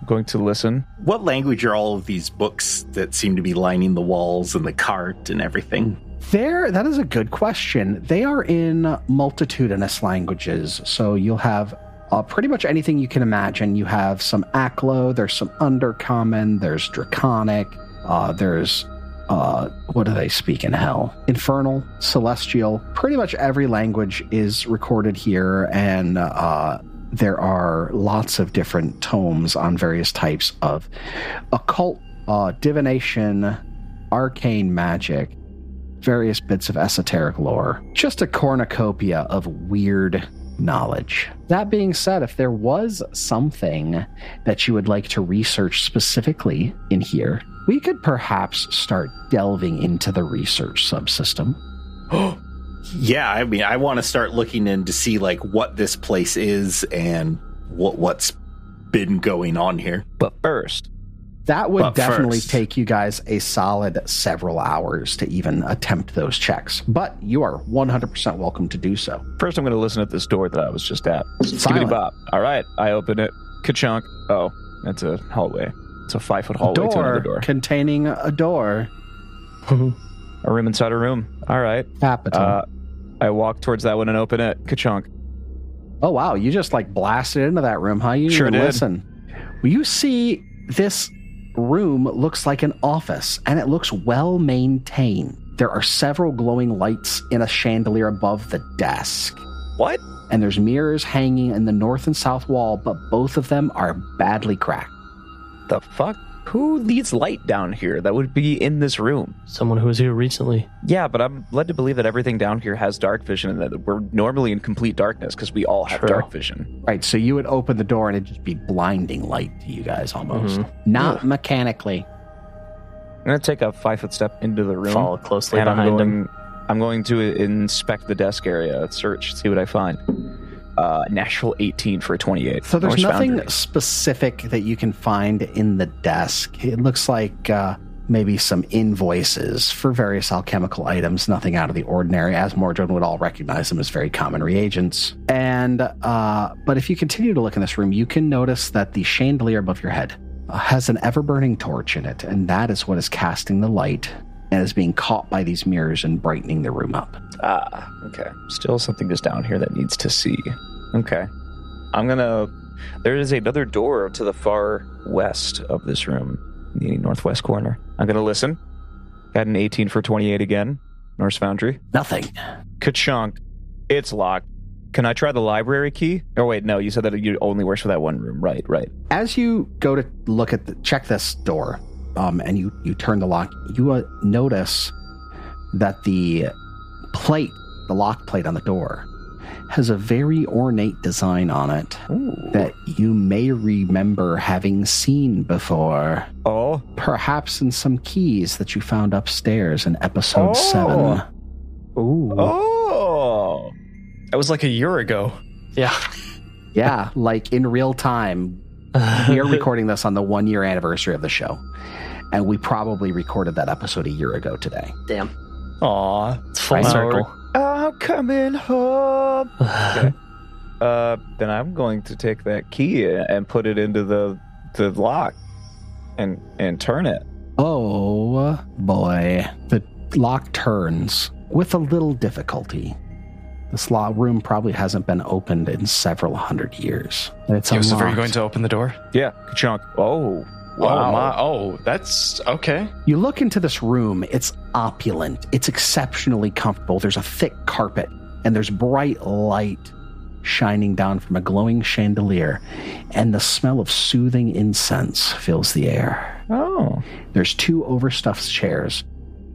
D: I'm going to listen.
F: What language are all of these books that seem to be lining the walls and the cart and everything?
B: There, that is a good question. They are in multitudinous languages, so you'll have uh, pretty much anything you can imagine. You have some Aklo, there's some Undercommon, there's Draconic, uh, there's uh, what do they speak in Hell? Infernal, Celestial. Pretty much every language is recorded here, and uh, there are lots of different tomes on various types of occult uh, divination, arcane magic various bits of esoteric lore, just a cornucopia of weird knowledge. That being said, if there was something that you would like to research specifically in here, we could perhaps start delving into the research subsystem.
F: Yeah, I mean, I want to start looking in to see like what this place is and what what's been going on here.
D: But first,
B: That would
F: But
B: definitely
F: first-
B: take you guys a solid several hours to even attempt those checks, but you are 100% welcome to do so.
D: first I'm going to listen at this door that I was just at.
B: Silent.
D: Skibbity bop. All right, I open it. Kachunk. Oh, that's a hallway. It's a five foot hallway to another
B: door,
D: door.
B: containing a door.
D: A room inside a room. All right.
B: Capital.
D: Uh, I walk towards that one and open it. Kachunk.
B: Oh wow, you just like blasted into that room, huh? You didn't
D: Sure
B: even
D: did.
B: listen. Well, you see this room looks like an office and it looks well maintained. There are several glowing lights in a chandelier above the desk.
D: What?
B: And there's mirrors hanging in the north and south wall, but both of them are badly cracked.
D: The fuck? Who leads light down here that would be in this room?
C: Someone who was here recently.
D: Yeah, but I'm led to believe that everything down here has dark vision and that we're normally in complete darkness because we all have
C: True.
D: dark vision.
B: Right, so you would open the door and it'd just be blinding light to you guys almost.
D: Mm-hmm.
B: Not mechanically.
D: I'm going to take a five foot step into the room.
C: Follow closely
D: and I'm
C: behind
D: going,
C: him.
D: I'm going to inspect the desk area, search, see what I find. Uh, natural 18 for a 28.
B: So there's
D: Orange
B: nothing
D: Foundry.
B: specific that you can find in the desk. It looks like uh, maybe some invoices for various alchemical items, nothing out of the ordinary, as Mordron would all recognize them as very common reagents. And uh, but if you continue to look in this room, you can notice that the chandelier above your head uh, has an ever-burning torch in it, and that is what is casting the light and is being caught by these mirrors and brightening the room up.
D: Ah, okay. Still something just down here that needs to see. Okay. I'm gonna. There is another door to the far west of this room, in the northwest corner. I'm gonna listen. Got an 18 for 28 again. Norse Foundry.
B: Nothing.
D: Kachunk. It's locked. Can I try the library key? Oh wait, no. You said that you only works for that one room. Right, right.
B: as you go to look at the check this door um, and you, you turn the lock you uh, notice that the plate the lock plate on the door has a very ornate design on it that you may remember having seen before
D: Oh,
B: perhaps in some keys that you found upstairs in episode 7
D: oh.
E: That was like a year ago.
C: Yeah.
B: yeah like in real time we
E: <laughs>
B: are recording this on the one year anniversary of the show and we probably recorded that episode a year ago today
C: Damn.
E: Aw.
C: It's <laughs> full
B: Right.
C: circle.
D: I'm coming home. Uh, then I'm going to take that key and put it into the the lock, and and turn it.
B: Oh boy. The lock turns with a little difficulty. This law room probably hasn't been opened in several hundred years. And it's
E: Joseph, are you
B: unlocked.
E: going to open the door?
D: Yeah, chunk. Oh, wow.
E: Oh, my. Oh, that's okay.
B: You look into this room, it's opulent, it's exceptionally comfortable. There's a thick carpet, and there's bright light shining down from a glowing chandelier, and the smell of soothing incense fills the air.
D: Oh,
B: There's two overstuffed chairs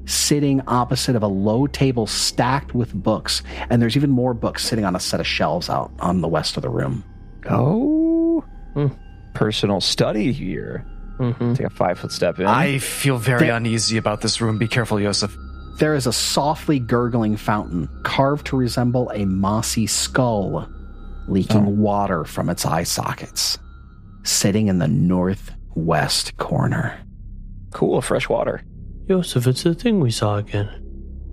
B: sitting opposite of a low table stacked with books, and there's even more books sitting on a set of shelves out on the west of the room.
D: oh.
C: Hmm.
D: Personal study here.
C: <sighs> Mm-hmm.
D: Take a five foot step in.
E: I feel very
B: That-
E: uneasy about this room. Be careful, Joseph.
B: There is a softly gurgling fountain carved to resemble a mossy skull leaking water from its eye sockets, sitting in the northwest corner.
D: cool, fresh water.
C: Joseph, it's the thing we saw again.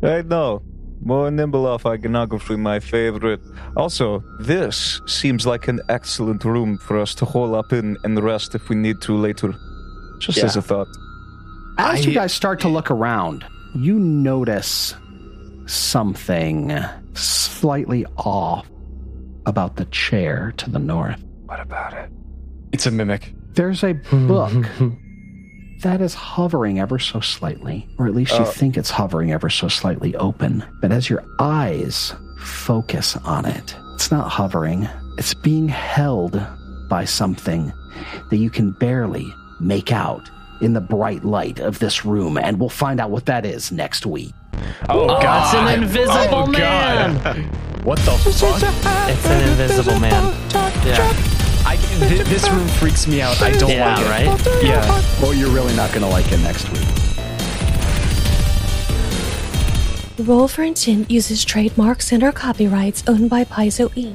G: I know. More nimble off iconography, my favorite. Also, this seems like an excellent room for us to hole up in and rest if we need to later. Just as a thought.
B: As
E: I-
B: you guys start to look around, you notice something slightly off about the chair to the north.
G: What about it?
E: It's a mimic.
B: There's a
C: Mm-hmm. <laughs>
B: book that is hovering ever so slightly, or at least you think it's hovering ever so slightly open. But as your eyes focus on it, it's not hovering, it's being held by something that you can barely make out in the bright light of this room. And we'll find out what that is next week.
C: Oh, it's an invisible
E: Oh, God.
C: man.
E: What the fuck?
C: It's an invisible man. Yeah.
E: I, th- this room freaks me out. I don't like it.
C: Yeah, right?
E: Yeah.
B: Or you're really not going to like it next week.
H: Roll for Intent uses trademarks and our copyrights owned by Paizo Inc.,